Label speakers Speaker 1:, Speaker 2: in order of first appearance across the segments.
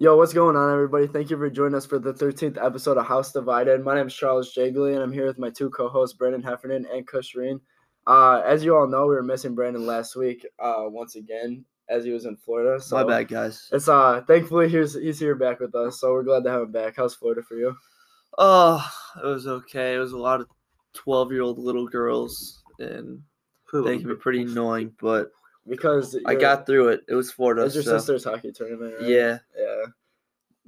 Speaker 1: Yo, what's going on, everybody? Thank you for joining us for the 13th episode of House Divided. My name is Charles Jagley, and I'm here with my two co hosts, Brandon Heffernan and Kushreen. Uh, as you all know, we were missing Brandon last week uh, once again as he was in Florida. So
Speaker 2: My bad, guys.
Speaker 1: It's uh, thankfully he's he's here back with us, so we're glad to have him back. How's Florida for you?
Speaker 2: Oh, it was okay. It was a lot of twelve-year-old little girls, and they can be pretty annoying. But
Speaker 1: Because
Speaker 2: I
Speaker 1: your-
Speaker 2: got through it. It was Florida.
Speaker 1: it's your
Speaker 2: so-
Speaker 1: sister's hockey tournament. Right?
Speaker 2: Yeah,
Speaker 1: Yeah.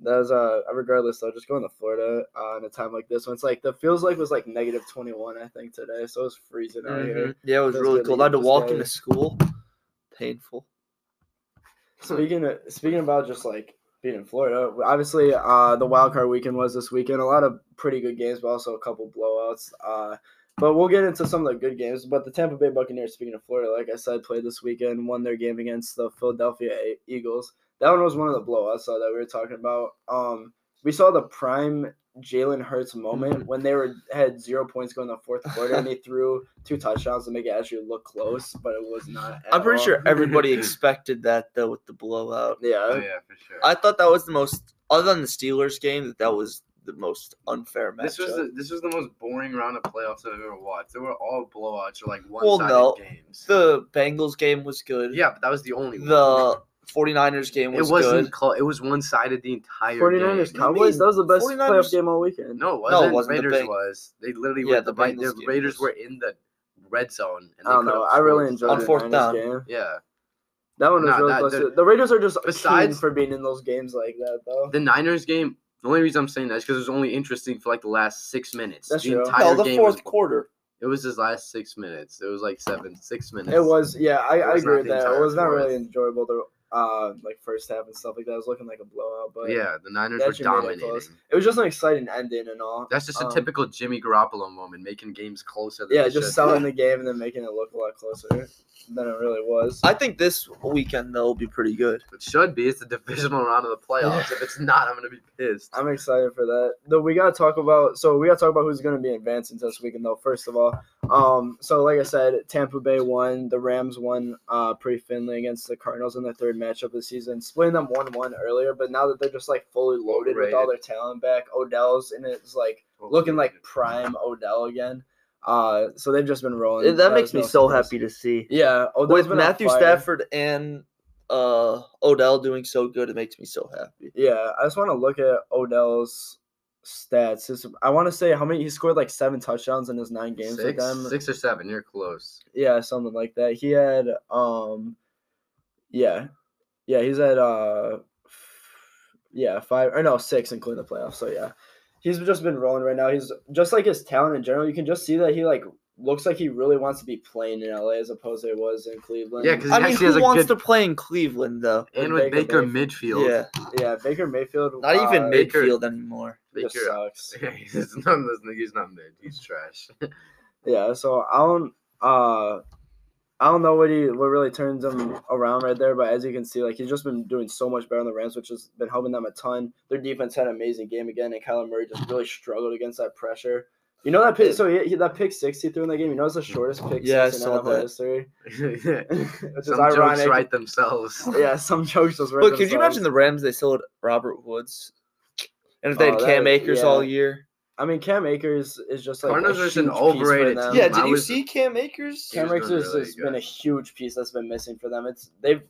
Speaker 1: That was uh regardless though, just going to Florida uh, in a time like this when it's like the feels like was like negative twenty one I think today, so it was freezing out here.
Speaker 2: mhm. yeah, it was
Speaker 1: Feels
Speaker 2: really
Speaker 1: Oh, good
Speaker 2: cold.
Speaker 1: that
Speaker 2: I
Speaker 1: you
Speaker 2: had to
Speaker 1: just
Speaker 2: walk
Speaker 1: got
Speaker 2: into
Speaker 1: it.
Speaker 2: school. Painful.
Speaker 1: Speaking of, speaking about just like being in Florida, obviously uh the wild card weekend was this weekend. A lot of pretty good games, but also a couple blowouts. Uh but we'll get into some of the good games. But the Tampa Bay Buccaneers, speaking of Florida, like I said, played this weekend, won their game against the Philadelphia A- Eagles. That one was one of the blowouts though, that we were talking about. Um, we saw the prime Jalen Hurts moment
Speaker 2: Mhm.
Speaker 1: when they were had zero points going in the fourth quarter, and he threw two touchdowns to make it actually look close, but it was not. at
Speaker 2: I'm pretty
Speaker 1: all.
Speaker 2: sure everybody expected that though with the blowout.
Speaker 3: Oh
Speaker 1: Yeah,
Speaker 3: yeah, for sure.
Speaker 2: I thought that was the most, other than the Steelers game, that that was the most unfair matchup.
Speaker 3: this was the, this was the most boring round of playoffs I've ever watched. They were all blowouts or like
Speaker 2: Well,
Speaker 3: one-sided
Speaker 2: no.
Speaker 3: games.
Speaker 2: the Bengals game was good.
Speaker 3: yeah, but that was the only one.
Speaker 2: The 49ers game was
Speaker 3: it wasn't
Speaker 2: good.
Speaker 3: close. It was one-sided the entire
Speaker 1: 49ers
Speaker 2: Cowboys?
Speaker 3: game.
Speaker 1: Cowboys. That was the best
Speaker 2: 49ers
Speaker 1: playoff game all weekend.
Speaker 3: No, it
Speaker 2: No, it
Speaker 3: wasn't.
Speaker 2: wasn't the
Speaker 3: Raiders
Speaker 2: Beng-
Speaker 3: was. They literally
Speaker 2: Yeah,
Speaker 3: were
Speaker 2: the
Speaker 3: the, Ra-
Speaker 2: Bengals
Speaker 3: the
Speaker 2: game
Speaker 3: Raiders
Speaker 2: was.
Speaker 3: were in the red zone. And
Speaker 1: I don't
Speaker 3: they
Speaker 1: know.
Speaker 3: could've
Speaker 1: I really
Speaker 3: scored.
Speaker 1: enjoyed
Speaker 2: On
Speaker 1: the
Speaker 2: fourth
Speaker 1: Niners
Speaker 2: down.
Speaker 1: game.
Speaker 3: Yeah,
Speaker 1: That one was
Speaker 3: Nah,
Speaker 1: really
Speaker 3: that-
Speaker 1: close.
Speaker 3: the-
Speaker 1: too. The Raiders are just besides
Speaker 3: Besides-
Speaker 1: for being in those games like that, though.
Speaker 3: the Niners game. The only reason I'm saying that is because it was only interesting for like the last six minutes.
Speaker 1: That's
Speaker 3: the
Speaker 1: true.
Speaker 3: entire
Speaker 2: no, the
Speaker 3: game
Speaker 2: fourth
Speaker 3: was,
Speaker 2: quarter.
Speaker 3: it was his last six minutes. It was like seven, six minutes.
Speaker 1: It was, yeah, I,
Speaker 3: It
Speaker 1: I
Speaker 3: was
Speaker 1: agree
Speaker 3: not
Speaker 1: with
Speaker 3: the
Speaker 1: that. It
Speaker 3: entire
Speaker 1: was not really
Speaker 3: fourth.
Speaker 1: enjoyable. The uh, like first half and stuff like that. It was looking like a blowout, but
Speaker 3: Yeah, the Niners
Speaker 1: that
Speaker 3: were
Speaker 1: should have made it
Speaker 3: dominating.
Speaker 1: close. it was just an exciting ending and all.
Speaker 3: That's just a
Speaker 1: Um,
Speaker 3: typical Jimmy Garoppolo moment, making games closer. Than
Speaker 1: Yeah,
Speaker 3: they
Speaker 1: just
Speaker 3: should.
Speaker 1: selling the game and then making it look a lot closer than it really was.
Speaker 2: I think this weekend though will be pretty good.
Speaker 3: It should be. It's the divisional round of the playoffs. If it's not, I'm gonna be pissed.
Speaker 1: I'm excited for that. Though we gotta talk about so we gotta talk about who's gonna be advancing this weekend though, first of all. Um so like I said, Tampa Bay won, the Rams won uh pretty thinly against the Cardinals in their third matchup of the season, splitting them one one earlier, but now that they're just like fully loaded with all their talent back, Odell's and it's like looking like prime Odell again. Uh so they've just been rolling.
Speaker 2: That, makes
Speaker 1: was
Speaker 2: me
Speaker 1: no
Speaker 2: so
Speaker 1: surprise.
Speaker 2: happy to see.
Speaker 1: Yeah, Odell's
Speaker 2: With
Speaker 1: been on
Speaker 2: Matthew
Speaker 1: fire.
Speaker 2: Stafford and uh, Odell doing so good, it makes me so happy.
Speaker 1: Yeah, I just want to look at Odell's stats. His- I want to say how many he scored like seven touchdowns in his nine games with
Speaker 3: six,
Speaker 1: them.
Speaker 3: six or seven. You're close.
Speaker 1: Yeah, something like that. He had um, yeah, yeah, he's at uh, f- yeah, five or no six including the playoffs. So yeah, he's just been rolling right now. He's just like his talent in general. You can just see that he like looks like he really wants to be playing in LA as opposed to it was in Cleveland.
Speaker 3: Yeah, 'cause
Speaker 2: I
Speaker 3: he
Speaker 2: mean,
Speaker 3: actually has
Speaker 2: who
Speaker 3: a
Speaker 2: wants
Speaker 3: good-
Speaker 2: to play in Cleveland though?
Speaker 3: And
Speaker 1: with
Speaker 3: with
Speaker 1: Baker
Speaker 3: Baker, midfield.
Speaker 2: Yeah,
Speaker 1: yeah, Baker Mayfield
Speaker 2: not even
Speaker 1: uh,
Speaker 3: Baker-
Speaker 2: midfield anymore.
Speaker 1: just
Speaker 3: Baker. uh,
Speaker 1: sucks.
Speaker 3: Yeah, he's not, he's not mid. He's trash.
Speaker 1: Yeah, so I don't uh I don't know what he what really turns him around right there, but as you can see, like he's just been doing so much better on the Rams, which has been helping them a ton. Their defense had an amazing game again, and Kyler Murray just really struggled against that pressure. You know that pick, so he, he- that pick six he threw in that game. You know it's the shortest pick
Speaker 2: Yeah, I
Speaker 1: six in
Speaker 2: saw
Speaker 1: NFL
Speaker 2: that.
Speaker 1: history,
Speaker 3: Some
Speaker 1: which is
Speaker 3: jokes
Speaker 1: ironic.
Speaker 3: write themselves.
Speaker 1: Yeah, some jokes just.
Speaker 2: But could you imagine the Rams? They sold Robert Woods, and if they had
Speaker 1: Oh, that-
Speaker 2: Cam Akers
Speaker 1: yeah.
Speaker 2: all year.
Speaker 1: I mean, Cam Akers is just like
Speaker 3: Cardinals
Speaker 1: a
Speaker 3: are just an
Speaker 1: huge piece for
Speaker 3: overrated
Speaker 1: them.
Speaker 3: Um,
Speaker 2: yeah,
Speaker 3: team.
Speaker 2: did
Speaker 3: I
Speaker 2: you
Speaker 3: was-
Speaker 2: see Cam Akers?
Speaker 3: Yeah.
Speaker 1: Cam
Speaker 3: He was
Speaker 1: Akers
Speaker 3: doing
Speaker 1: has
Speaker 3: really
Speaker 1: just been a
Speaker 3: good.
Speaker 1: huge piece that's been missing for them. It's they've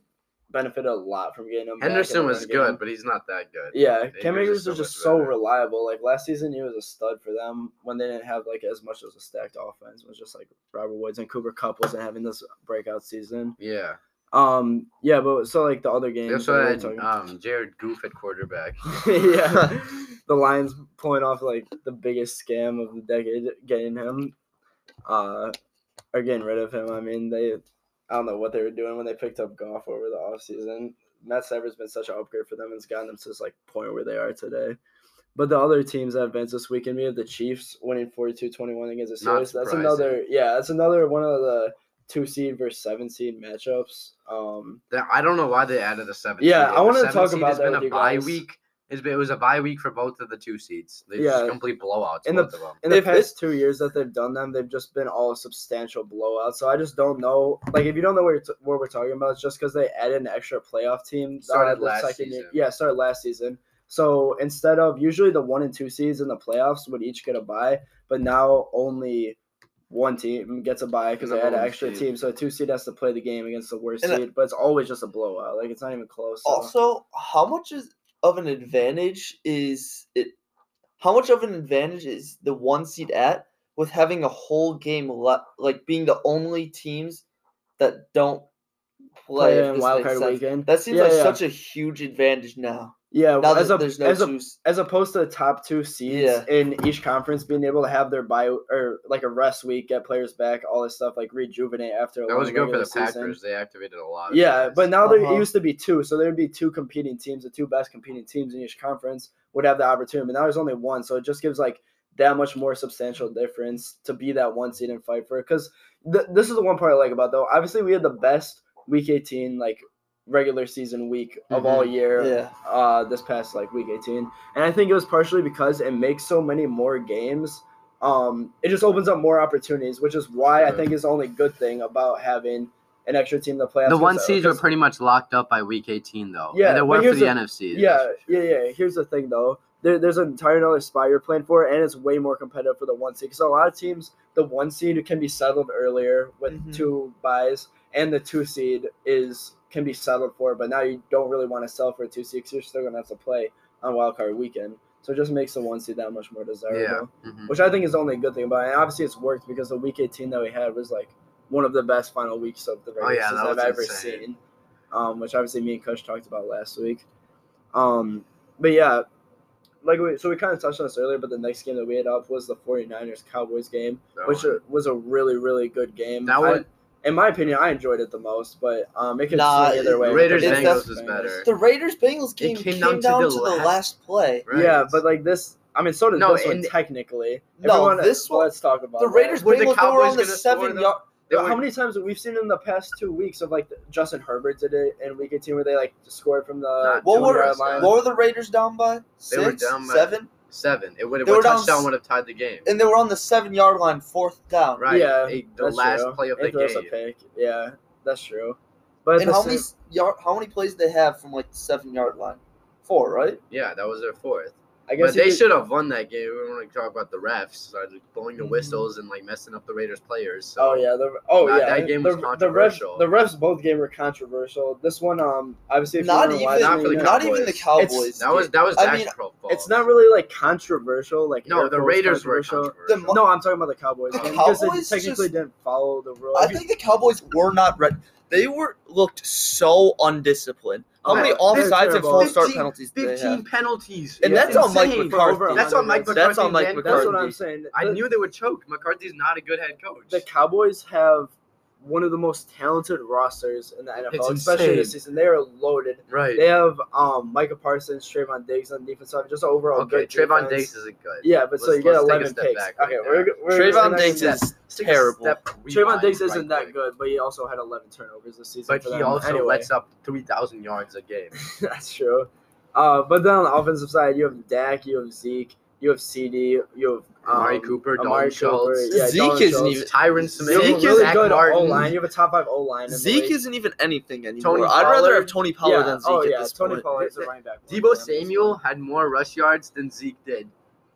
Speaker 1: benefited a lot from getting him. back in
Speaker 3: Henderson
Speaker 1: the
Speaker 3: was
Speaker 1: run
Speaker 3: good,
Speaker 1: game.
Speaker 3: but he's not that good.
Speaker 1: Yeah, Cam
Speaker 3: Akers is
Speaker 1: Akers
Speaker 3: so
Speaker 1: was just
Speaker 3: much
Speaker 1: so
Speaker 3: better.
Speaker 1: reliable. Like last season, he was a stud for them when they didn't have like as much as a stacked offense. It was just like Robert Woods and Cooper Cup wasn't having this breakout season.
Speaker 3: Yeah.
Speaker 1: Um, yeah, but so like the other games,
Speaker 3: That's
Speaker 1: that we
Speaker 3: why
Speaker 1: were
Speaker 3: I had
Speaker 1: talking-
Speaker 3: um, Jared Goof at quarterback.
Speaker 1: yeah, the Lions pulling off like the biggest scam of the decade, getting him, uh, or getting rid of him. I mean, they, I don't know what they were doing when they picked up golf over the offseason. Matt Stafford's been such an upgrade for them. It's gotten them to this like point where they are today. But the other teams that advanced this weekend, we have the Chiefs winning 42-21 against the
Speaker 3: Not
Speaker 1: Steelers. That's
Speaker 3: surprising.
Speaker 1: another, yeah, that's another one of the two seed versus seven seed matchups. Um,
Speaker 3: That- I don't know why they added a seven.
Speaker 1: Yeah,
Speaker 3: seed.
Speaker 1: I wanted
Speaker 3: The
Speaker 1: to talk
Speaker 3: seven seed
Speaker 1: about
Speaker 3: has
Speaker 1: that
Speaker 3: been
Speaker 1: with you
Speaker 3: a bye
Speaker 1: guys.
Speaker 3: week, It's been, it was a bye week for both of the two seeds. They
Speaker 1: Yeah.
Speaker 3: just complete blowouts.
Speaker 1: And
Speaker 3: both of them.
Speaker 1: in the
Speaker 2: If it-
Speaker 1: past two years that they've done them, they've just been all substantial blowouts. So I just don't know. Like, if you don't know what, you're t- what we're talking about, it's just because they added an extra playoff team.
Speaker 3: Started
Speaker 1: the
Speaker 3: last
Speaker 1: year-
Speaker 3: season.
Speaker 1: Yeah, started last season. So instead of usually the one and two seeds in the playoffs would each get a bye, but now only one team gets a bye because
Speaker 3: The
Speaker 1: they had an
Speaker 3: home
Speaker 1: extra
Speaker 3: seed.
Speaker 1: team. So a two seed has to play the game against the worst
Speaker 2: And I-
Speaker 1: seed, but it's always just a blowout. Like it's not even close. so-
Speaker 2: Also, how much is of an advantage is it? How much of an advantage is the one seed at with having a whole game left, like being the only teams that don't play,
Speaker 1: play
Speaker 2: if
Speaker 1: in
Speaker 2: this
Speaker 1: wild
Speaker 2: makes
Speaker 1: card
Speaker 2: sense.
Speaker 1: weekend.
Speaker 2: That seems
Speaker 1: Yeah,
Speaker 2: like
Speaker 1: yeah.
Speaker 2: such a huge advantage now.
Speaker 1: yeah.
Speaker 2: Now
Speaker 1: as
Speaker 2: that
Speaker 1: a,
Speaker 2: there's no
Speaker 1: as a
Speaker 2: two s-
Speaker 1: as opposed to the top two seeds
Speaker 2: Yeah.
Speaker 1: in each conference being able to have their bio or like a rest week, get players back, all this stuff, like rejuvenate after a
Speaker 3: That
Speaker 1: long
Speaker 3: was good for
Speaker 1: regular
Speaker 3: the
Speaker 1: season.
Speaker 3: Packers. They activated a lot. Of
Speaker 1: Yeah,
Speaker 3: guys.
Speaker 1: but now there
Speaker 2: Uh-huh.
Speaker 1: it used to be two, so there'd be two competing teams. The two best competing teams in each conference would have the opportunity, but now there's only one, so it just gives like that much more substantial difference to be that one seed and fight for it. Because th- this is the one part I like about though. Obviously, we had the best Week 18 like regular season week of all year
Speaker 2: Yeah.
Speaker 1: uh, this past like week 18, and I think it was partially because it makes so many more games. Um, it just opens up more opportunities, which is why I
Speaker 3: Mhm.
Speaker 1: think is the only good thing about having an extra team to play.
Speaker 3: the one seeds were pretty much locked up by week 18, though.
Speaker 1: Yeah,
Speaker 3: and they
Speaker 1: but
Speaker 3: were for
Speaker 1: here's
Speaker 3: the
Speaker 1: the-
Speaker 3: NFC.
Speaker 1: Yeah, yeah, yeah. Here's the thing though. There, there's an entire another spot you're playing for, and it's way more competitive for the one seed. Because a lot of teams, the one seed can be settled earlier with
Speaker 2: Mhm.
Speaker 1: two buys, and the two seed is can be settled for. But now you don't really want to sell for a two seed because you're still gonna have to play on wild card weekend. So it just makes the one seed that much more desirable,
Speaker 3: Yeah. Mhm.
Speaker 1: which I think is the only good thing about it. And obviously, it's worked because the week 18 that we had was like one of the best final weeks of the regular
Speaker 3: Oh, yeah,
Speaker 1: season
Speaker 3: that
Speaker 1: I've
Speaker 3: was
Speaker 1: ever
Speaker 3: insane.
Speaker 1: seen. Um, which obviously me and Kush talked about last week. Um, but yeah, like we, so we kind of touched on this earlier, but the next game that we had up was the 49ers Cowboys game,
Speaker 3: So,
Speaker 1: which uh, was a really really good game.
Speaker 3: that
Speaker 1: I-
Speaker 3: was
Speaker 1: in my opinion, I enjoyed it the most, but um, it could
Speaker 2: Nah,
Speaker 1: swing either way.
Speaker 3: Raiders
Speaker 1: It's
Speaker 2: Bengals
Speaker 1: def-
Speaker 3: was better.
Speaker 2: The Raiders Bengals game
Speaker 3: came
Speaker 2: came,
Speaker 3: down
Speaker 2: down,
Speaker 3: to
Speaker 2: to,
Speaker 3: the
Speaker 2: the
Speaker 3: last-
Speaker 2: last play.
Speaker 3: right.
Speaker 1: Yeah, but like this, I mean, so did
Speaker 3: No,
Speaker 1: this one
Speaker 3: and-
Speaker 1: technically.
Speaker 2: No,
Speaker 1: Everyone-
Speaker 2: this one-
Speaker 1: Let's talk about
Speaker 2: The
Speaker 1: that.
Speaker 2: Raiders
Speaker 3: Were
Speaker 2: Bengals
Speaker 3: the
Speaker 2: they were
Speaker 3: Cowboys
Speaker 2: on the
Speaker 3: gonna score,
Speaker 2: seven
Speaker 3: though?
Speaker 2: yard.
Speaker 3: they
Speaker 1: How
Speaker 3: were-
Speaker 1: many times we've seen in the past two weeks of like Justin Herbert did it in week 18 where they like scored from the
Speaker 3: Not
Speaker 2: What
Speaker 1: 20
Speaker 2: were,
Speaker 1: yard
Speaker 3: yards
Speaker 1: line?
Speaker 3: down.
Speaker 2: what were the Raiders down by?
Speaker 3: They were
Speaker 2: Six,
Speaker 3: down by-
Speaker 2: seven,
Speaker 3: seven. It would have
Speaker 2: They were down
Speaker 3: touchdown
Speaker 2: s-
Speaker 3: would have tied the game.
Speaker 2: and they were on the seven yard line, fourth down.
Speaker 3: Right.
Speaker 1: Yeah,
Speaker 3: it- the
Speaker 1: That's
Speaker 3: last
Speaker 1: true.
Speaker 3: play of
Speaker 1: It
Speaker 3: the
Speaker 1: throws a
Speaker 3: game.
Speaker 1: pick. Yeah, that's true. But
Speaker 2: and
Speaker 1: the
Speaker 2: how
Speaker 1: same-
Speaker 2: many s- yard, how many plays they have from like the seven yard line? Four, right?
Speaker 3: Yeah, that was their fourth.
Speaker 1: I guess
Speaker 3: But they
Speaker 1: you could-
Speaker 3: should have won that game. We want to talk about the refs uh, blowing the
Speaker 1: Mm-hmm.
Speaker 2: Mhm.
Speaker 3: whistles and like messing up the Raiders players. So
Speaker 1: Oh yeah, the oh
Speaker 3: Nah,
Speaker 1: yeah.
Speaker 3: that game
Speaker 1: the,
Speaker 3: was controversial.
Speaker 1: The refs, the refs both game were controversial. This one, um, obviously, if you
Speaker 2: Not
Speaker 1: weren't
Speaker 2: even,
Speaker 1: watching,
Speaker 3: Not for
Speaker 1: you
Speaker 3: the
Speaker 1: know,
Speaker 2: not even the
Speaker 1: Cowboys.
Speaker 2: Cowboys.
Speaker 1: It's-
Speaker 3: that was that was
Speaker 2: I
Speaker 3: the
Speaker 2: mean,
Speaker 3: actual fault.
Speaker 1: It's not really like controversial. Like
Speaker 3: No,
Speaker 1: air
Speaker 3: the
Speaker 1: quotes
Speaker 3: Raiders were
Speaker 1: controversial.
Speaker 3: controversial.
Speaker 2: The mo-
Speaker 1: No, I'm talking about the Cowboys.
Speaker 2: The
Speaker 1: game, because
Speaker 2: Cowboys
Speaker 1: they technically
Speaker 2: just-
Speaker 1: didn't follow the rule.
Speaker 2: I think the Cowboys were not ready. They were looked so undisciplined. How many
Speaker 1: Yeah, they're
Speaker 2: offsides and
Speaker 1: terrible.
Speaker 2: false start
Speaker 3: 15
Speaker 2: penalties did they
Speaker 3: Fifteen
Speaker 2: have?
Speaker 3: penalties,
Speaker 2: And
Speaker 1: Yeah,
Speaker 2: that's on Mike
Speaker 3: insane.
Speaker 1: McCarthy.
Speaker 2: McCarthy.
Speaker 3: That's on Mike McCarthy.
Speaker 1: That's
Speaker 2: on Mike
Speaker 3: and
Speaker 1: That's what
Speaker 2: McCarthy.
Speaker 1: I'm saying.
Speaker 3: I
Speaker 1: The-
Speaker 3: knew they would choke. McCarthy's not a good head coach.
Speaker 1: the Cowboys have one of the most talented rosters in the NFL,
Speaker 3: It's
Speaker 1: especially this
Speaker 3: insane.
Speaker 1: season. They are loaded.
Speaker 3: right.
Speaker 1: They have um, Micah Parsons, Trayvon Diggs on defense. so Just overall
Speaker 3: Okay,
Speaker 1: good.
Speaker 3: Trayvon
Speaker 1: defense.
Speaker 3: Diggs isn't good.
Speaker 1: Yeah, but so
Speaker 3: Let's-
Speaker 1: you get
Speaker 3: let's take a
Speaker 1: 11
Speaker 3: step
Speaker 1: picks.
Speaker 3: back
Speaker 1: Okay,
Speaker 3: right
Speaker 1: we're,
Speaker 3: there.
Speaker 1: we're
Speaker 2: Trayvon
Speaker 1: we're
Speaker 2: Diggs
Speaker 1: next-
Speaker 2: is
Speaker 3: Let's take a
Speaker 2: terrible.
Speaker 3: step
Speaker 1: Trayvon
Speaker 3: rewind
Speaker 1: Diggs
Speaker 3: right
Speaker 1: isn't that
Speaker 3: quick.
Speaker 1: good, but he also had 11 turnovers this season.
Speaker 3: But
Speaker 1: for
Speaker 3: he
Speaker 1: them.
Speaker 3: also
Speaker 1: Anyway.
Speaker 3: lets up three thousand yards a game.
Speaker 1: That's true. Uh, but then on the offensive side, you have Dak, you have Zeke, you have CD, you have um,
Speaker 3: Amari Cooper,
Speaker 1: Amari
Speaker 3: Dalton Schultz,
Speaker 1: Cooper, yeah,
Speaker 2: Zeke
Speaker 1: Dalton
Speaker 2: isn't
Speaker 1: Schultz.
Speaker 2: even-
Speaker 3: Tyron
Speaker 1: You
Speaker 3: Smith,
Speaker 1: have a
Speaker 2: Zeke is
Speaker 1: really
Speaker 3: Zach
Speaker 1: good O
Speaker 3: Martin.
Speaker 1: line. You have a top five O line.
Speaker 2: Zeke isn't even anything anymore.
Speaker 3: Tony
Speaker 2: I'd rather have
Speaker 3: Pollard.
Speaker 2: Tony Pollard
Speaker 1: yeah.
Speaker 2: than Zeke
Speaker 1: oh yeah,
Speaker 2: at this
Speaker 1: Tony
Speaker 2: point.
Speaker 1: Pollard's a running back. one for
Speaker 3: Debo
Speaker 1: them.
Speaker 3: Samuel had more rush yards than Zeke did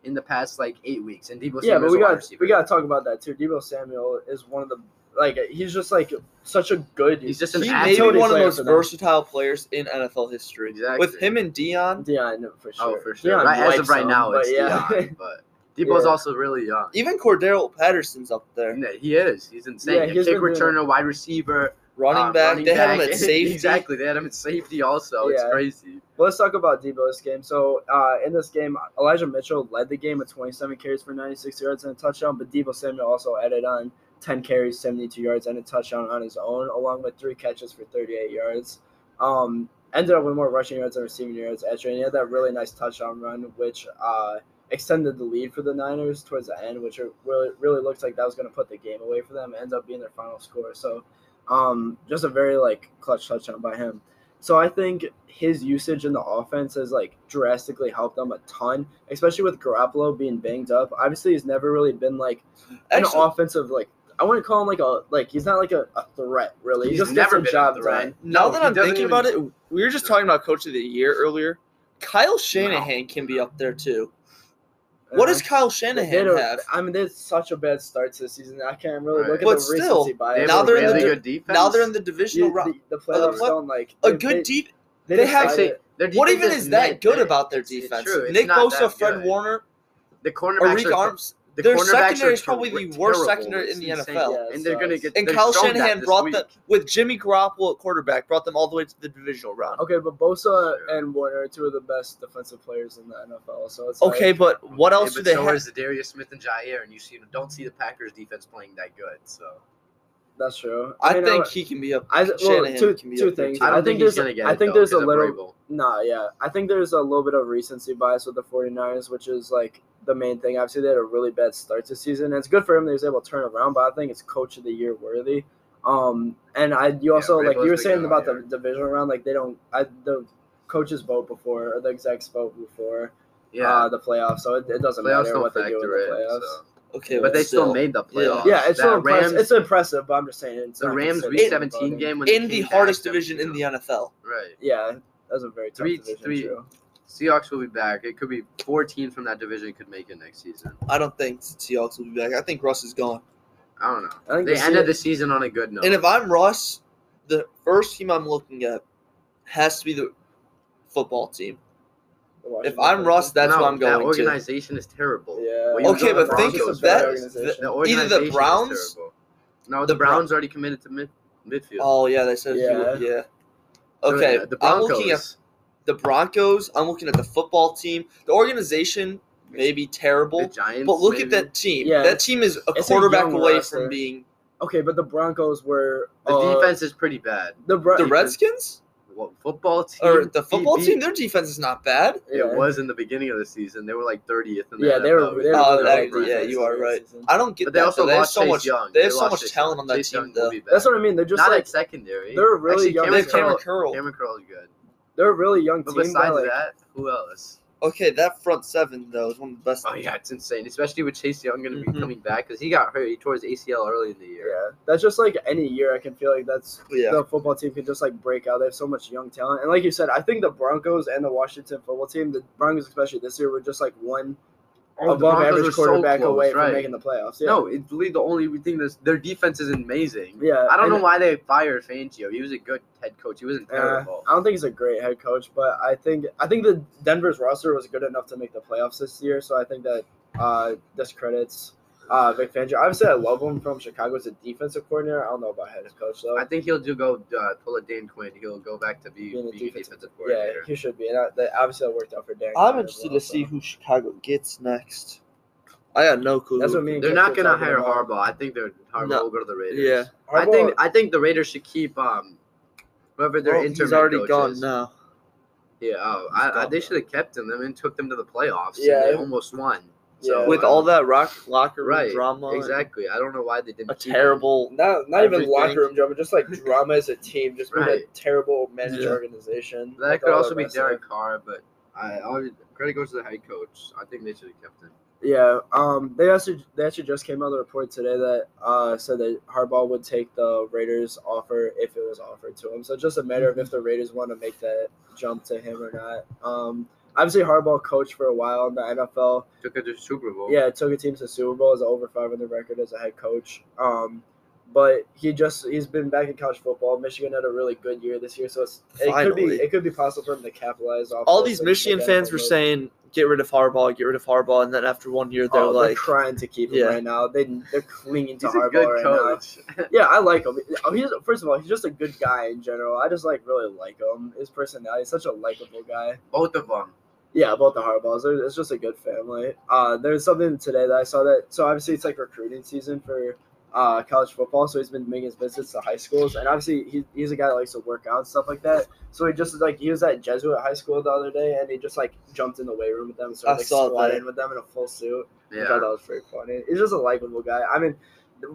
Speaker 3: in the past like eight weeks, and Debo
Speaker 1: Yeah, but
Speaker 3: Samuel's
Speaker 1: we
Speaker 3: a wide
Speaker 1: got
Speaker 3: receiver.
Speaker 1: we got to talk about that too. Debo Samuel is one of the like he's just like such a good.
Speaker 3: He's just an
Speaker 2: He may
Speaker 3: athlete.
Speaker 2: be one of the
Speaker 1: player
Speaker 2: most
Speaker 1: for them.
Speaker 2: versatile players in NFL history.
Speaker 3: Exactly.
Speaker 2: With him and Dion,
Speaker 1: Deion for sure.
Speaker 3: Oh, for sure.
Speaker 1: Deion
Speaker 3: Right, as of
Speaker 1: wipes
Speaker 3: right
Speaker 1: them,
Speaker 3: now,
Speaker 1: but
Speaker 3: it's
Speaker 1: yeah.
Speaker 3: Deion, but Debo's
Speaker 1: Yeah.
Speaker 3: also really young.
Speaker 2: even Cordero Patterson's up there.
Speaker 3: Yeah, he is. He's insane.
Speaker 1: Yeah,
Speaker 3: A
Speaker 1: he's
Speaker 3: kick
Speaker 1: been doing
Speaker 3: returner, wide receiver,
Speaker 2: Running
Speaker 3: um,
Speaker 2: back,
Speaker 3: running
Speaker 2: they had him
Speaker 3: back.
Speaker 2: at safety.
Speaker 3: exactly, they had him at safety. Also, it's
Speaker 1: Yeah.
Speaker 3: crazy.
Speaker 1: Well, let's talk about Debo's game. So, uh, in this game, Elijah Mitchell led the game with 27 carries for 96 yards and a touchdown, but Debo Samuel also added on 10 carries, 72 yards, and a touchdown on his own, along with three catches for 38 yards. Um, ended up with more rushing yards than receiving yards, actually, and he had that really nice touchdown run, which uh, extended the lead for the Niners towards the end, which it really, really looks like that was going to put the game away for them. Ends up being their final score. So, um, just a very like clutch touchdown by him. So I think his usage in the offense has like drastically helped them a ton, especially with Garoppolo being banged up. Obviously, he's never really been like an
Speaker 2: Actually,
Speaker 1: offensive like I wouldn't call him like a like he's not like a, a threat really. He
Speaker 3: He's
Speaker 1: just
Speaker 3: never
Speaker 1: gets
Speaker 3: been
Speaker 1: the job
Speaker 3: a threat.
Speaker 1: done.
Speaker 2: now
Speaker 3: No,
Speaker 2: that
Speaker 3: he
Speaker 2: I'm
Speaker 3: doesn't
Speaker 2: thinking
Speaker 3: even-
Speaker 2: about it, we were just talking about coach of the year earlier. Kyle Shanahan can be up there too. What
Speaker 3: Uh-huh.
Speaker 2: does Kyle
Speaker 1: They
Speaker 2: Shanahan
Speaker 1: had a-
Speaker 2: have?
Speaker 1: I mean, they had such a bad start to the season. I can't really
Speaker 3: Right.
Speaker 1: look at
Speaker 2: But
Speaker 1: the
Speaker 2: still,
Speaker 1: recency
Speaker 3: They
Speaker 1: bias.
Speaker 3: have
Speaker 2: Now
Speaker 3: a
Speaker 2: they're in the
Speaker 3: really
Speaker 2: di-
Speaker 3: good defense.
Speaker 2: Now they're in the divisional
Speaker 1: You-
Speaker 2: round.
Speaker 1: the, the playoffs
Speaker 2: what-
Speaker 1: don't like
Speaker 2: A
Speaker 1: they- they-
Speaker 2: good deep.
Speaker 1: They,
Speaker 2: they have-
Speaker 1: decided-
Speaker 3: Their
Speaker 2: What
Speaker 3: defense
Speaker 2: even is that
Speaker 3: mid.
Speaker 2: good
Speaker 3: They-
Speaker 2: about their
Speaker 3: it's- it's
Speaker 2: defense?
Speaker 3: true. It's
Speaker 2: Nick
Speaker 3: not
Speaker 2: Bosa,
Speaker 3: that
Speaker 2: Fred
Speaker 3: good.
Speaker 2: Warner,
Speaker 3: The cornerbacks
Speaker 2: Arik
Speaker 3: are
Speaker 2: Arms,
Speaker 3: the
Speaker 2: their
Speaker 3: cornerbacks
Speaker 2: secondary
Speaker 3: are
Speaker 2: is probably the
Speaker 3: terri-
Speaker 2: worst
Speaker 3: terrible.
Speaker 2: secondary
Speaker 3: It's
Speaker 2: in the
Speaker 3: insane.
Speaker 2: NFL.
Speaker 1: Yeah, it
Speaker 3: and they're gonna
Speaker 1: sucks.
Speaker 3: get
Speaker 2: and
Speaker 3: they've
Speaker 2: Kyle
Speaker 3: shown that
Speaker 2: Shanahan
Speaker 3: this
Speaker 2: brought
Speaker 3: week.
Speaker 2: them with Jimmy Garoppolo at quarterback, brought them all the way to the divisional round.
Speaker 3: Oh,
Speaker 1: Okay, but Bosa and Warner are two of the best defensive players in the NFL. So it's
Speaker 2: Okay,
Speaker 1: like-
Speaker 2: but what
Speaker 3: Yeah,
Speaker 2: else do
Speaker 3: but
Speaker 2: they
Speaker 3: so
Speaker 2: have?
Speaker 3: is Darius Smith and Jair, and you see don't see the Packers defense playing that good. So
Speaker 1: that's true.
Speaker 2: I
Speaker 1: mean,
Speaker 2: think he can be up.
Speaker 1: I, well,
Speaker 2: Shanahan
Speaker 1: two,
Speaker 2: can be
Speaker 1: two
Speaker 2: up there,
Speaker 1: things.
Speaker 2: too.
Speaker 3: I
Speaker 1: I,
Speaker 3: don't
Speaker 1: think
Speaker 3: think he's
Speaker 1: there's
Speaker 3: gonna get
Speaker 1: I
Speaker 3: it,
Speaker 1: think
Speaker 3: though,
Speaker 1: there's a
Speaker 3: 'cause of
Speaker 1: little
Speaker 3: Vrabel.
Speaker 1: Nah, yeah. I think there's a little bit of recency bias with the 49ers, which is like the main thing. Obviously, they had a really bad start to the season, and it's good for him that he was able to turn around, but I think it's coach of the year worthy. Um, and I, you also, like,
Speaker 3: Vrabel's
Speaker 1: you were
Speaker 3: been
Speaker 1: saying
Speaker 3: good
Speaker 1: about
Speaker 3: all
Speaker 1: the division round, like, they don't, I, the coaches vote before, or the execs vote before
Speaker 3: yeah,
Speaker 1: uh, the playoffs, so it, it doesn't
Speaker 3: playoffs
Speaker 1: matter
Speaker 3: don't
Speaker 1: what they do in
Speaker 3: factor
Speaker 1: the
Speaker 3: in.
Speaker 1: playoffs.
Speaker 3: so.
Speaker 2: Okay,
Speaker 3: But they still made the
Speaker 2: yeah.
Speaker 3: playoffs.
Speaker 1: Yeah, it's
Speaker 3: That
Speaker 1: still impressive.
Speaker 3: Rams,
Speaker 1: it's impressive, but I'm just saying it's
Speaker 3: the
Speaker 1: not
Speaker 3: Rams Week
Speaker 1: consistent,
Speaker 3: 17
Speaker 1: but-
Speaker 3: game when they
Speaker 2: in the
Speaker 3: came back,
Speaker 2: hardest
Speaker 3: that-
Speaker 2: division in the NFL.
Speaker 3: Right.
Speaker 1: Yeah, that's a very tough
Speaker 3: Three-
Speaker 1: division,
Speaker 3: three-
Speaker 1: too.
Speaker 3: Seahawks will be back. It could be four teams from that division could make it next season.
Speaker 2: I don't think Seahawks will be back. I think Russ is gone.
Speaker 3: I don't know.
Speaker 1: I think
Speaker 3: They
Speaker 1: the
Speaker 3: ended
Speaker 1: Seahawks-
Speaker 3: the season on a good note.
Speaker 2: And if I'm Russ, the first team I'm looking at has to be the football team.
Speaker 1: the Washington
Speaker 2: If I'm Russ,
Speaker 1: Redskins.
Speaker 2: that's
Speaker 3: no,
Speaker 2: what I'm
Speaker 3: That
Speaker 2: going to.
Speaker 3: organization is terrible.
Speaker 1: yeah.
Speaker 3: Well, you
Speaker 2: Okay,
Speaker 3: know the
Speaker 2: but think
Speaker 3: Broncos
Speaker 2: of
Speaker 3: are
Speaker 2: that-
Speaker 3: terrible. The
Speaker 2: Either
Speaker 3: organization
Speaker 2: the
Speaker 3: is
Speaker 2: Browns-
Speaker 3: terrible. No,
Speaker 2: the
Speaker 3: the,
Speaker 2: Brown-
Speaker 3: Browns already committed to mid, midfield.
Speaker 2: Oh yeah, they said yeah.
Speaker 1: Yeah.
Speaker 2: yeah. Okay,
Speaker 3: uh, the, the
Speaker 2: I'm
Speaker 3: Broncos.
Speaker 2: looking at the Broncos. I'm looking at the football team. The organization may be
Speaker 3: the
Speaker 2: terrible,
Speaker 3: Giants.
Speaker 2: but look
Speaker 3: maybe.
Speaker 2: at that team.
Speaker 1: Yeah,
Speaker 2: that team is a
Speaker 1: it's a
Speaker 2: quarterback
Speaker 1: young
Speaker 2: away
Speaker 1: roster.
Speaker 2: from being
Speaker 1: Okay, but the Broncos were
Speaker 3: The
Speaker 1: uh,
Speaker 3: defense is pretty bad.
Speaker 1: The, Bro-
Speaker 2: the
Speaker 3: Defense.
Speaker 2: Redskins
Speaker 3: What football team?
Speaker 2: or the football
Speaker 3: beat-
Speaker 2: team. Their defense is not bad.
Speaker 1: yeah.
Speaker 3: It was in the beginning of the season. They were like 30th. In the
Speaker 1: Yeah, they were.
Speaker 3: NFL.
Speaker 1: They were
Speaker 2: Oh,
Speaker 1: really
Speaker 2: that-
Speaker 1: bad
Speaker 2: yeah,
Speaker 1: defense
Speaker 2: you are
Speaker 1: this
Speaker 2: right.
Speaker 1: season.
Speaker 2: I don't get
Speaker 3: But they
Speaker 2: that.
Speaker 3: also
Speaker 2: though. they have
Speaker 3: lost
Speaker 2: so
Speaker 3: Chase
Speaker 2: much.
Speaker 3: Young.
Speaker 2: They have so
Speaker 3: lost
Speaker 2: much
Speaker 3: Chase
Speaker 2: talent
Speaker 3: Young.
Speaker 2: on that
Speaker 3: Chase
Speaker 2: team,
Speaker 3: Young
Speaker 2: though.
Speaker 3: will be back.
Speaker 1: That's what I mean. They're just
Speaker 3: Not
Speaker 1: like
Speaker 3: at secondary.
Speaker 1: they're a really
Speaker 3: Actually,
Speaker 1: young.
Speaker 2: They
Speaker 3: Cameron
Speaker 2: have Cameron
Speaker 1: They're,
Speaker 3: Curl.
Speaker 2: Curl.
Speaker 3: Cameron Curl is good.
Speaker 1: they're a really young
Speaker 3: But
Speaker 1: team.
Speaker 3: besides
Speaker 1: but, like,
Speaker 3: that, who else?
Speaker 2: Okay, that front seven though is one of the best.
Speaker 3: Oh yeah, it's insane. Especially with Chase Young going to
Speaker 2: Mhm.
Speaker 3: be coming back because he got hurt. He tore his ACL early in the year.
Speaker 1: yeah, that's just like any year. I can feel like that's
Speaker 2: Yeah.
Speaker 1: the football team can just like break out. They have so much young talent, and like you said, I think the Broncos and the Washington football team, the Broncos especially this year, were just like one
Speaker 3: Oh, the
Speaker 1: above
Speaker 3: Broncos were
Speaker 1: average
Speaker 3: so
Speaker 1: quarterback
Speaker 3: close,
Speaker 1: away
Speaker 3: right.
Speaker 1: from making the playoffs. Yeah.
Speaker 3: No, it's really the only thing that's their defense is amazing.
Speaker 1: Yeah,
Speaker 3: I don't know
Speaker 1: and-
Speaker 3: why they fired Fangio. He was a good head coach. He wasn't
Speaker 1: Uh,
Speaker 3: terrible.
Speaker 1: I don't think he's a great head coach, but I think I think the Denver's roster was good enough to make the playoffs this year. So I think that uh, discredits uh, Vic Fangio. Obviously, I love him from Chicago as a defensive coordinator. I don't know about head coach though.
Speaker 3: I think he'll do go uh, pull a Dan Quinn. He'll go back to be
Speaker 1: Being a
Speaker 3: being defensive,
Speaker 1: defensive- yeah,
Speaker 3: coordinator.
Speaker 1: he should be. And I, that, obviously, that worked out for Dan.
Speaker 2: I'm
Speaker 1: Quinn as
Speaker 2: interested
Speaker 1: well,
Speaker 2: to see
Speaker 1: so.
Speaker 2: who Chicago gets next. I got no clue.
Speaker 1: That's
Speaker 2: who-
Speaker 1: what me and
Speaker 3: They're
Speaker 1: Chris
Speaker 3: not
Speaker 1: were
Speaker 3: gonna
Speaker 1: talking
Speaker 3: hire
Speaker 1: about.
Speaker 3: Harbaugh. I think they're Harbaugh
Speaker 2: No.
Speaker 3: will go to the Raiders.
Speaker 2: Yeah.
Speaker 3: I think
Speaker 1: Harbaugh-
Speaker 3: I think the Raiders should keep um whoever their
Speaker 2: Well,
Speaker 3: interim
Speaker 2: he's already
Speaker 3: coach
Speaker 2: gone
Speaker 3: is.
Speaker 2: now.
Speaker 3: Yeah, oh,
Speaker 2: He's
Speaker 3: I, I,
Speaker 2: gone
Speaker 3: they
Speaker 2: now.
Speaker 3: should have kept him. I mean, took them to the playoffs. Yeah,
Speaker 1: Yeah.
Speaker 3: they almost won. So
Speaker 1: Yeah.
Speaker 2: With
Speaker 3: I
Speaker 2: all
Speaker 3: don't-
Speaker 2: that rock locker room
Speaker 3: right
Speaker 2: drama, and
Speaker 3: exactly. I don't know why they didn't.
Speaker 2: a
Speaker 3: keep him.
Speaker 2: terrible.
Speaker 1: Not, not even
Speaker 2: Everything.
Speaker 1: locker room drama, just like drama as a team, just being
Speaker 3: Right.
Speaker 1: a terrible managed
Speaker 2: Yeah.
Speaker 1: organization.
Speaker 3: That
Speaker 1: with
Speaker 3: could
Speaker 1: all
Speaker 3: also be
Speaker 1: mess up.
Speaker 3: Derek Carr, but I, I credit goes to the head coach. I think they should have kept him.
Speaker 1: Yeah, um, they actually they actually just came out with a report today that uh, said that Harbaugh would take the Raiders offer if it was offered to him. So it's just a matter of if
Speaker 2: Mm-hmm.
Speaker 1: the Raiders want to make that jump to him or not. Um, obviously Harbaugh coached for a while in the NFL.
Speaker 3: Took it to the Super Bowl.
Speaker 1: Yeah, took a team to the Super Bowl as an over five on the record as a head coach. Um, but he just he's been back in college football. Michigan had a really good year this year, so it's, it could
Speaker 2: Finally.
Speaker 1: be it could be possible for him to capitalize off.
Speaker 2: All
Speaker 1: this
Speaker 2: these
Speaker 1: and
Speaker 2: Michigan
Speaker 1: make
Speaker 2: fans
Speaker 1: NFL
Speaker 2: were
Speaker 1: move.
Speaker 2: saying, "Get rid of Harbaugh, get rid of Harbaugh," and then after one year, they're
Speaker 1: Oh,
Speaker 2: like,
Speaker 1: trying to keep him
Speaker 2: Yeah.
Speaker 1: right now. They they're clinging to
Speaker 3: he's
Speaker 1: Harbaugh
Speaker 3: a good
Speaker 1: right
Speaker 3: coach.
Speaker 1: now. Yeah, I like him. Oh, He's first of all, he's just a good guy in general. I just like really like him. His personality, he's such a likable guy.
Speaker 3: Both of them.
Speaker 1: Yeah, both the Harbaughs. they're- It's just a good family. Uh, there's something today that I saw that. So obviously, it's like recruiting season for uh, college football. So he's been making his visits to high schools, and obviously, he, he's a guy that likes to work out and stuff like that. So he just like he was at Jesuit High School the other day, and he just like jumped in the weight room with them, and started
Speaker 2: I
Speaker 1: like,
Speaker 2: saw that.
Speaker 1: squatting with them in a full suit. I
Speaker 3: Yeah.
Speaker 1: thought that was pretty funny. He's just a likable guy. I mean,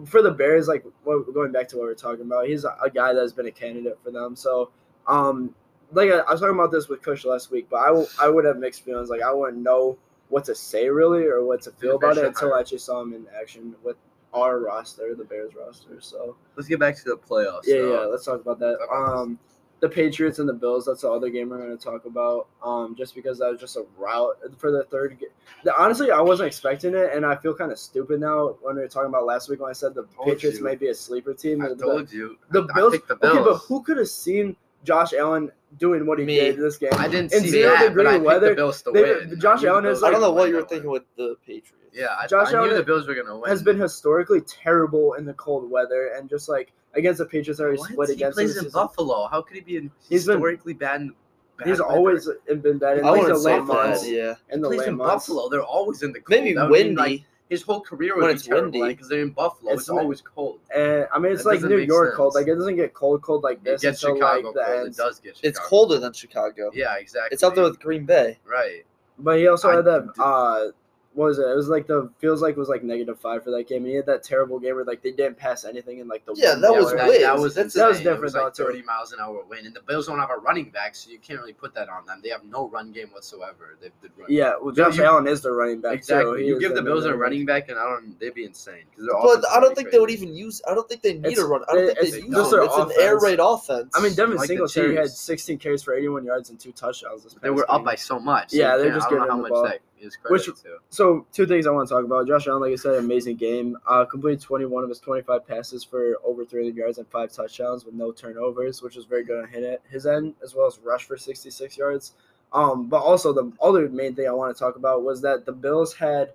Speaker 1: for the Bears, like what, going back to what we are talking about, he's a, a guy that's been a candidate for them. So, um, like I, I was talking about this with Kush last week, but I, w- I would have mixed feelings. Like I wouldn't know what to say really or what to feel
Speaker 3: Yeah,
Speaker 1: about it
Speaker 3: Bears
Speaker 1: until
Speaker 3: are-
Speaker 1: I actually saw him in action with our roster, the Bears roster. So
Speaker 3: Let's get back to the playoffs.
Speaker 1: yeah,
Speaker 3: though.
Speaker 1: yeah, let's talk about that.
Speaker 3: Talk about this.
Speaker 1: Um, the Patriots and the Bills. That's the other game we're going to talk about. Um, just because that was just a route for the third. Game. The, honestly, I wasn't expecting it, and I feel kind of stupid now when we were talking about last week when I said the
Speaker 3: Told
Speaker 1: Patriots
Speaker 3: you.
Speaker 1: might be a sleeper team.
Speaker 3: I
Speaker 1: The-
Speaker 3: told you.
Speaker 1: the
Speaker 3: I
Speaker 1: Bills-
Speaker 3: picked the
Speaker 1: Okay, but
Speaker 3: Bills.
Speaker 1: who could have seen Josh Allen doing what he
Speaker 2: Me.
Speaker 1: did this game?
Speaker 3: I didn't
Speaker 1: in
Speaker 3: see
Speaker 1: zero
Speaker 3: that, but
Speaker 1: degree
Speaker 3: I picked
Speaker 1: weather,
Speaker 3: the Bills to
Speaker 1: they-
Speaker 3: win.
Speaker 1: Josh
Speaker 3: I knew the
Speaker 1: Allen is
Speaker 3: Bills
Speaker 1: like-
Speaker 2: I don't
Speaker 3: were
Speaker 2: know
Speaker 3: gonna
Speaker 2: what
Speaker 3: win
Speaker 2: you were
Speaker 3: that
Speaker 2: thinking
Speaker 3: one.
Speaker 2: with the Patriots.
Speaker 3: Yeah, I,
Speaker 1: Josh
Speaker 3: I knew
Speaker 1: Allen
Speaker 3: the Bills were gonna win.
Speaker 1: has been historically terrible in the cold weather and just like against the Patriots that are
Speaker 3: What?
Speaker 1: split
Speaker 3: He
Speaker 1: against him
Speaker 3: plays
Speaker 1: this
Speaker 3: in
Speaker 1: season.
Speaker 3: Buffalo. How could he be in
Speaker 1: He's been-
Speaker 3: historically bad? In bad
Speaker 1: He's
Speaker 3: weather?
Speaker 1: always been bad in
Speaker 2: I
Speaker 1: like the
Speaker 2: wouldn't say
Speaker 1: late
Speaker 2: that.
Speaker 1: months
Speaker 2: Yeah,
Speaker 1: and
Speaker 3: he
Speaker 1: the
Speaker 3: plays
Speaker 1: late
Speaker 3: in
Speaker 1: months.
Speaker 3: Buffalo. They're always in the cold.
Speaker 2: maybe
Speaker 3: That would mean,
Speaker 2: windy.
Speaker 3: like, his whole career would
Speaker 2: When
Speaker 3: be
Speaker 2: it's
Speaker 3: terrible
Speaker 2: windy.
Speaker 3: because they're in Buffalo. It's,
Speaker 1: It's not-
Speaker 3: always cold.
Speaker 1: And I mean, it's
Speaker 3: That
Speaker 1: like
Speaker 3: doesn't
Speaker 1: New
Speaker 3: make
Speaker 1: York
Speaker 3: sense.
Speaker 1: cold. Like it doesn't get cold, cold like
Speaker 3: It
Speaker 1: this
Speaker 3: gets
Speaker 1: until like
Speaker 3: Chicago
Speaker 1: the
Speaker 3: cold. It
Speaker 1: end.
Speaker 3: does get Chicago.
Speaker 2: it's colder than Chicago.
Speaker 3: Yeah, exactly.
Speaker 2: It's up there with Green Bay.
Speaker 3: right.
Speaker 1: But he also
Speaker 3: I
Speaker 1: had that.
Speaker 3: did-
Speaker 1: Uh, what was it? It was like the feels like it was like negative five for that game. And he had that terrible game where like they didn't pass anything in like the
Speaker 2: Yeah,
Speaker 1: one
Speaker 2: that
Speaker 3: Yeah,
Speaker 1: yard.
Speaker 2: was
Speaker 3: that,
Speaker 2: wind.
Speaker 3: that was
Speaker 2: That's-
Speaker 1: that was
Speaker 3: insane. It
Speaker 1: different
Speaker 3: like
Speaker 1: though, too.
Speaker 3: thirty miles an hour wind, and the Bills don't have a running back, so you can't really put that on them. They have no run game whatsoever. They've the run.
Speaker 1: Yeah, well, Josh
Speaker 3: you-
Speaker 1: Allen is their running back too.
Speaker 3: exactly.
Speaker 1: He
Speaker 3: You
Speaker 1: is
Speaker 3: give the
Speaker 1: their
Speaker 3: Bills a
Speaker 1: back.
Speaker 3: running back, and I don't. They'd be insane because they're.
Speaker 2: But I don't think they would even use. I don't think they need
Speaker 1: It's-
Speaker 2: a run. I don't
Speaker 1: it-
Speaker 2: think
Speaker 1: it's
Speaker 2: they use
Speaker 3: just
Speaker 2: them.
Speaker 1: their
Speaker 2: It's an air
Speaker 1: offense.
Speaker 2: raid offense.
Speaker 1: I mean, Devin
Speaker 3: Like the
Speaker 1: Singletary had
Speaker 3: Chiefs.
Speaker 1: 16 carries for 81 yards and two touchdowns. This past
Speaker 3: They were
Speaker 1: game.
Speaker 3: up by so much. so
Speaker 1: Yeah,
Speaker 3: you
Speaker 1: they're
Speaker 3: can't-
Speaker 1: just
Speaker 3: I don't know
Speaker 1: giving
Speaker 3: how
Speaker 1: him the
Speaker 3: much
Speaker 1: ball.
Speaker 3: that is
Speaker 1: Which-
Speaker 3: credit to.
Speaker 1: So two things I want to talk about. Josh Allen, like I said, amazing game. Uh, completed 21 of his 25 passes for over 300 yards and five touchdowns with no turnovers, which was very good on hit at his end as well as rush for 66 yards. Um, but also the other main thing I want to talk about was that the Bills had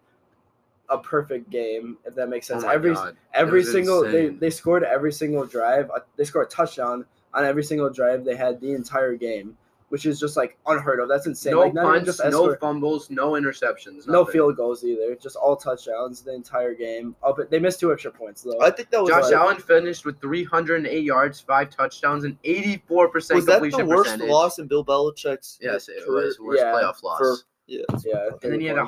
Speaker 1: a perfect game, if that makes sense.
Speaker 3: oh my
Speaker 1: every
Speaker 3: God.
Speaker 1: every
Speaker 3: was
Speaker 1: single they,
Speaker 3: insane.
Speaker 1: they scored every single drive. Uh, They scored a touchdown on every single drive they had the entire game, which is just like unheard of. That's insane.
Speaker 3: no
Speaker 1: like, not even
Speaker 3: punts,
Speaker 1: just
Speaker 3: no
Speaker 1: escort-
Speaker 3: fumbles, no interceptions,
Speaker 1: no
Speaker 3: nothing.
Speaker 1: field goals either. Just all touchdowns the entire game. Up, they missed two extra points though.
Speaker 2: I think that was
Speaker 3: Josh
Speaker 2: like-
Speaker 3: Allen finished with 308 yards, five touchdowns, and 84 percent
Speaker 2: was that
Speaker 3: completion
Speaker 2: the worst
Speaker 3: percentage.
Speaker 2: loss in Bill Belichick's?
Speaker 3: Yes, it
Speaker 2: career?
Speaker 3: was worst
Speaker 1: Yeah,
Speaker 3: playoff loss.
Speaker 2: for- Yeah, it's-
Speaker 1: yeah,
Speaker 3: and then he had
Speaker 1: a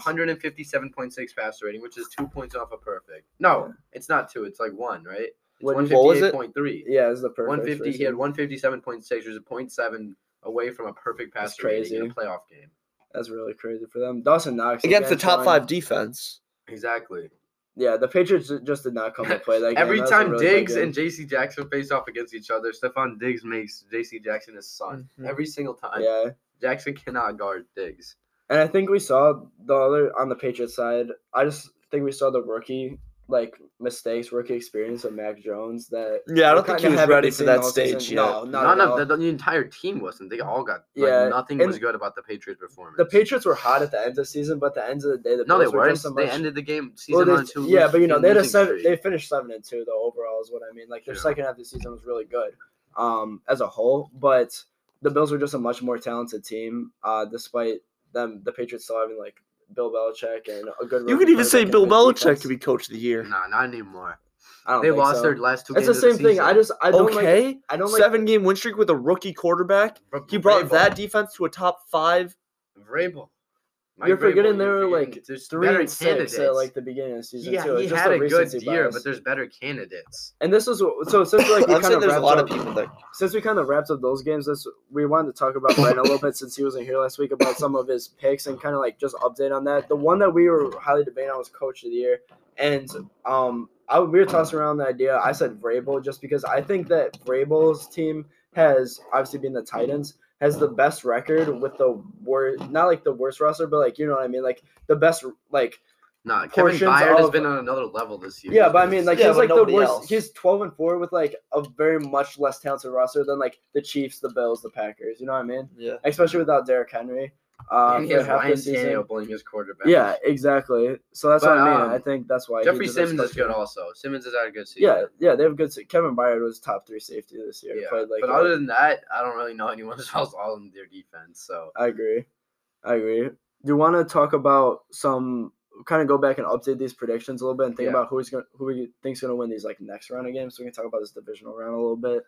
Speaker 3: 157.6 passer rating, which is two points off a perfect. No, it's not two. It's like one, right? It's
Speaker 1: What-
Speaker 2: what was it?
Speaker 3: 158.3.
Speaker 1: Yeah, it's the perfect.
Speaker 3: 150. He had
Speaker 1: version.
Speaker 3: 157.6, which is 0.7 away from a perfect
Speaker 1: That's
Speaker 3: passer rating in a
Speaker 1: crazy.
Speaker 3: playoff game.
Speaker 1: That's really crazy for them. Dawson Knox
Speaker 2: against the
Speaker 1: again
Speaker 2: top
Speaker 1: showing-
Speaker 2: five defense.
Speaker 3: Exactly.
Speaker 1: Yeah, the Patriots ju- just did not come to play that game.
Speaker 3: Every
Speaker 1: That was a
Speaker 3: time
Speaker 1: really good
Speaker 3: Diggs
Speaker 1: game.
Speaker 3: and JC Jackson face off against each other, Stephon Diggs makes JC Jackson his son.
Speaker 1: Mm-hmm.
Speaker 2: Mhm.
Speaker 3: Every single time.
Speaker 1: yeah,
Speaker 3: Jackson cannot guard Diggs.
Speaker 1: And I think we saw the other on the Patriots side. I just think we saw the rookie like mistakes, rookie experience of Mac Jones. That
Speaker 2: Yeah, I
Speaker 1: we
Speaker 2: don't think
Speaker 1: kinda
Speaker 2: he was
Speaker 1: haven't
Speaker 2: ready
Speaker 1: been
Speaker 2: for
Speaker 1: seeing
Speaker 2: that
Speaker 1: all season.
Speaker 2: stage yet.
Speaker 1: No, not
Speaker 3: None
Speaker 1: at all.
Speaker 3: of the, the entire team wasn't. They all got like,
Speaker 1: Yeah,
Speaker 3: nothing
Speaker 1: and-
Speaker 3: was good about the Patriots performance.
Speaker 1: The Patriots were hot at the end of the season, but at the end of the day, the
Speaker 3: no, they
Speaker 1: Bills were
Speaker 3: weren't.
Speaker 1: just so
Speaker 3: they
Speaker 1: much-
Speaker 3: ended the game
Speaker 1: Well,
Speaker 3: season
Speaker 1: they-
Speaker 3: on two.
Speaker 1: yeah,
Speaker 3: lose-
Speaker 1: but you know
Speaker 3: team
Speaker 1: they had a
Speaker 3: losing
Speaker 1: seven,
Speaker 3: streak.
Speaker 1: they finished seven and two though overall is what I mean. Like their
Speaker 3: Yeah.
Speaker 1: second half of the season was really good, um, as a whole. But the Bills were just a much more talented team, uh, despite them. The Patriots still having like Bill Belichick and a good. rookie
Speaker 2: You could even
Speaker 1: quarterback
Speaker 2: say
Speaker 1: and
Speaker 2: Bill
Speaker 1: good
Speaker 2: Belichick
Speaker 1: defense.
Speaker 2: to be coach of the year.
Speaker 3: Nah, not anymore.
Speaker 1: I don't
Speaker 3: They
Speaker 1: think
Speaker 3: lost
Speaker 1: so.
Speaker 3: their last two.
Speaker 1: It's the
Speaker 3: games
Speaker 1: same
Speaker 3: of
Speaker 1: thing. I just I don't like
Speaker 2: Okay,
Speaker 1: I don't like
Speaker 2: seven game win streak with a rookie quarterback.
Speaker 3: just
Speaker 2: He brought that defense to a top five.
Speaker 3: Vrabel. Mike
Speaker 1: You're forgetting
Speaker 3: Vrabel,
Speaker 1: they
Speaker 3: you're
Speaker 1: were,
Speaker 3: forgetting-
Speaker 1: like,
Speaker 3: there's
Speaker 1: three
Speaker 3: better
Speaker 1: and six at
Speaker 3: candidates.
Speaker 1: like the beginning of the season
Speaker 3: yeah,
Speaker 1: too.
Speaker 3: he
Speaker 1: It's just
Speaker 3: had
Speaker 1: the
Speaker 3: a good
Speaker 1: recency
Speaker 3: year,
Speaker 1: bias.
Speaker 3: but there's better candidates.
Speaker 1: and this is what- so since like we
Speaker 2: I'm
Speaker 1: kind
Speaker 2: saying
Speaker 1: of
Speaker 2: there's a
Speaker 1: wrapped
Speaker 2: lot of
Speaker 1: up
Speaker 2: people that
Speaker 1: since we kind of wrapped up those games, this we wanted to talk about Brent a little bit since he wasn't here last week about some of his picks and kind of like just update on that. The one that we were highly debating on was Coach of the Year, and um, I we were tossing around the idea. I said Vrabel just because I think that Vrabel's team has obviously been the Titans has the best record with the worst, not like the worst roster, but like you know what I mean, like the best like
Speaker 3: Nah, Kevin
Speaker 1: Portions
Speaker 3: Byard has
Speaker 1: of-
Speaker 3: been on another level this year.
Speaker 1: yeah, but I mean, like
Speaker 2: Yeah,
Speaker 1: he's
Speaker 2: but
Speaker 1: like the
Speaker 2: nobody
Speaker 1: worst.
Speaker 2: else.
Speaker 1: He's twelve and four with like a very much less talented roster than like the Chiefs, the Bills, the Packers. You know what I mean?
Speaker 2: yeah.
Speaker 1: Especially without Derrick Henry. Uh,
Speaker 3: and he
Speaker 1: for
Speaker 3: has
Speaker 1: half the
Speaker 3: Ryan
Speaker 1: season.
Speaker 3: Tannehill playing his quarterback.
Speaker 1: Yeah, exactly. So that's
Speaker 3: But,
Speaker 1: what I mean.
Speaker 3: um,
Speaker 1: I think that's why he
Speaker 3: Jeffrey
Speaker 1: deserves
Speaker 3: Simmons is
Speaker 1: coaching.
Speaker 3: good also. Simmons has had a good season.
Speaker 1: Yeah, yeah, they have good. se- Kevin Byard was top three safety this year.
Speaker 3: Yeah,
Speaker 1: Played like uh,
Speaker 3: but
Speaker 1: a-
Speaker 3: other than that, I don't really know anyone else all in their defense. So
Speaker 1: I agree. I agree. Do you want to talk about some kind of go back and update these predictions a little bit and think
Speaker 3: Yeah.
Speaker 1: about who's going to who we think's going to win these like next round of games? So we can talk about this divisional round a little bit.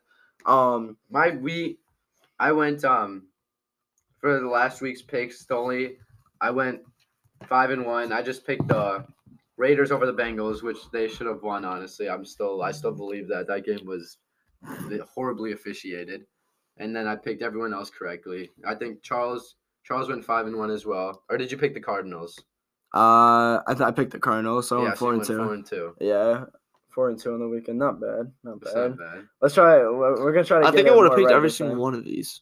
Speaker 1: Um,
Speaker 3: my we, I went um for the last week's picks. The only I went five and one. I just picked the Raiders over the Bengals, which they should have won. Honestly, I'm still I still believe that that game was horribly officiated. and then I picked everyone else correctly. I think Charles Charles went five and one as well. Or did you pick the Cardinals?
Speaker 1: Uh, I th- I picked the Cardinals, so I'm
Speaker 3: so you
Speaker 1: four and
Speaker 3: went
Speaker 1: two.
Speaker 3: Four and two.
Speaker 1: Yeah, four and two on the weekend. Not bad. Not
Speaker 3: It's
Speaker 1: bad.
Speaker 3: not bad.
Speaker 1: Let's try. it. We're we're gonna try. To
Speaker 2: I
Speaker 1: get
Speaker 2: think I
Speaker 1: it
Speaker 2: would have
Speaker 1: more
Speaker 2: picked
Speaker 1: right
Speaker 2: every
Speaker 1: this
Speaker 2: single
Speaker 1: time.
Speaker 2: one of these.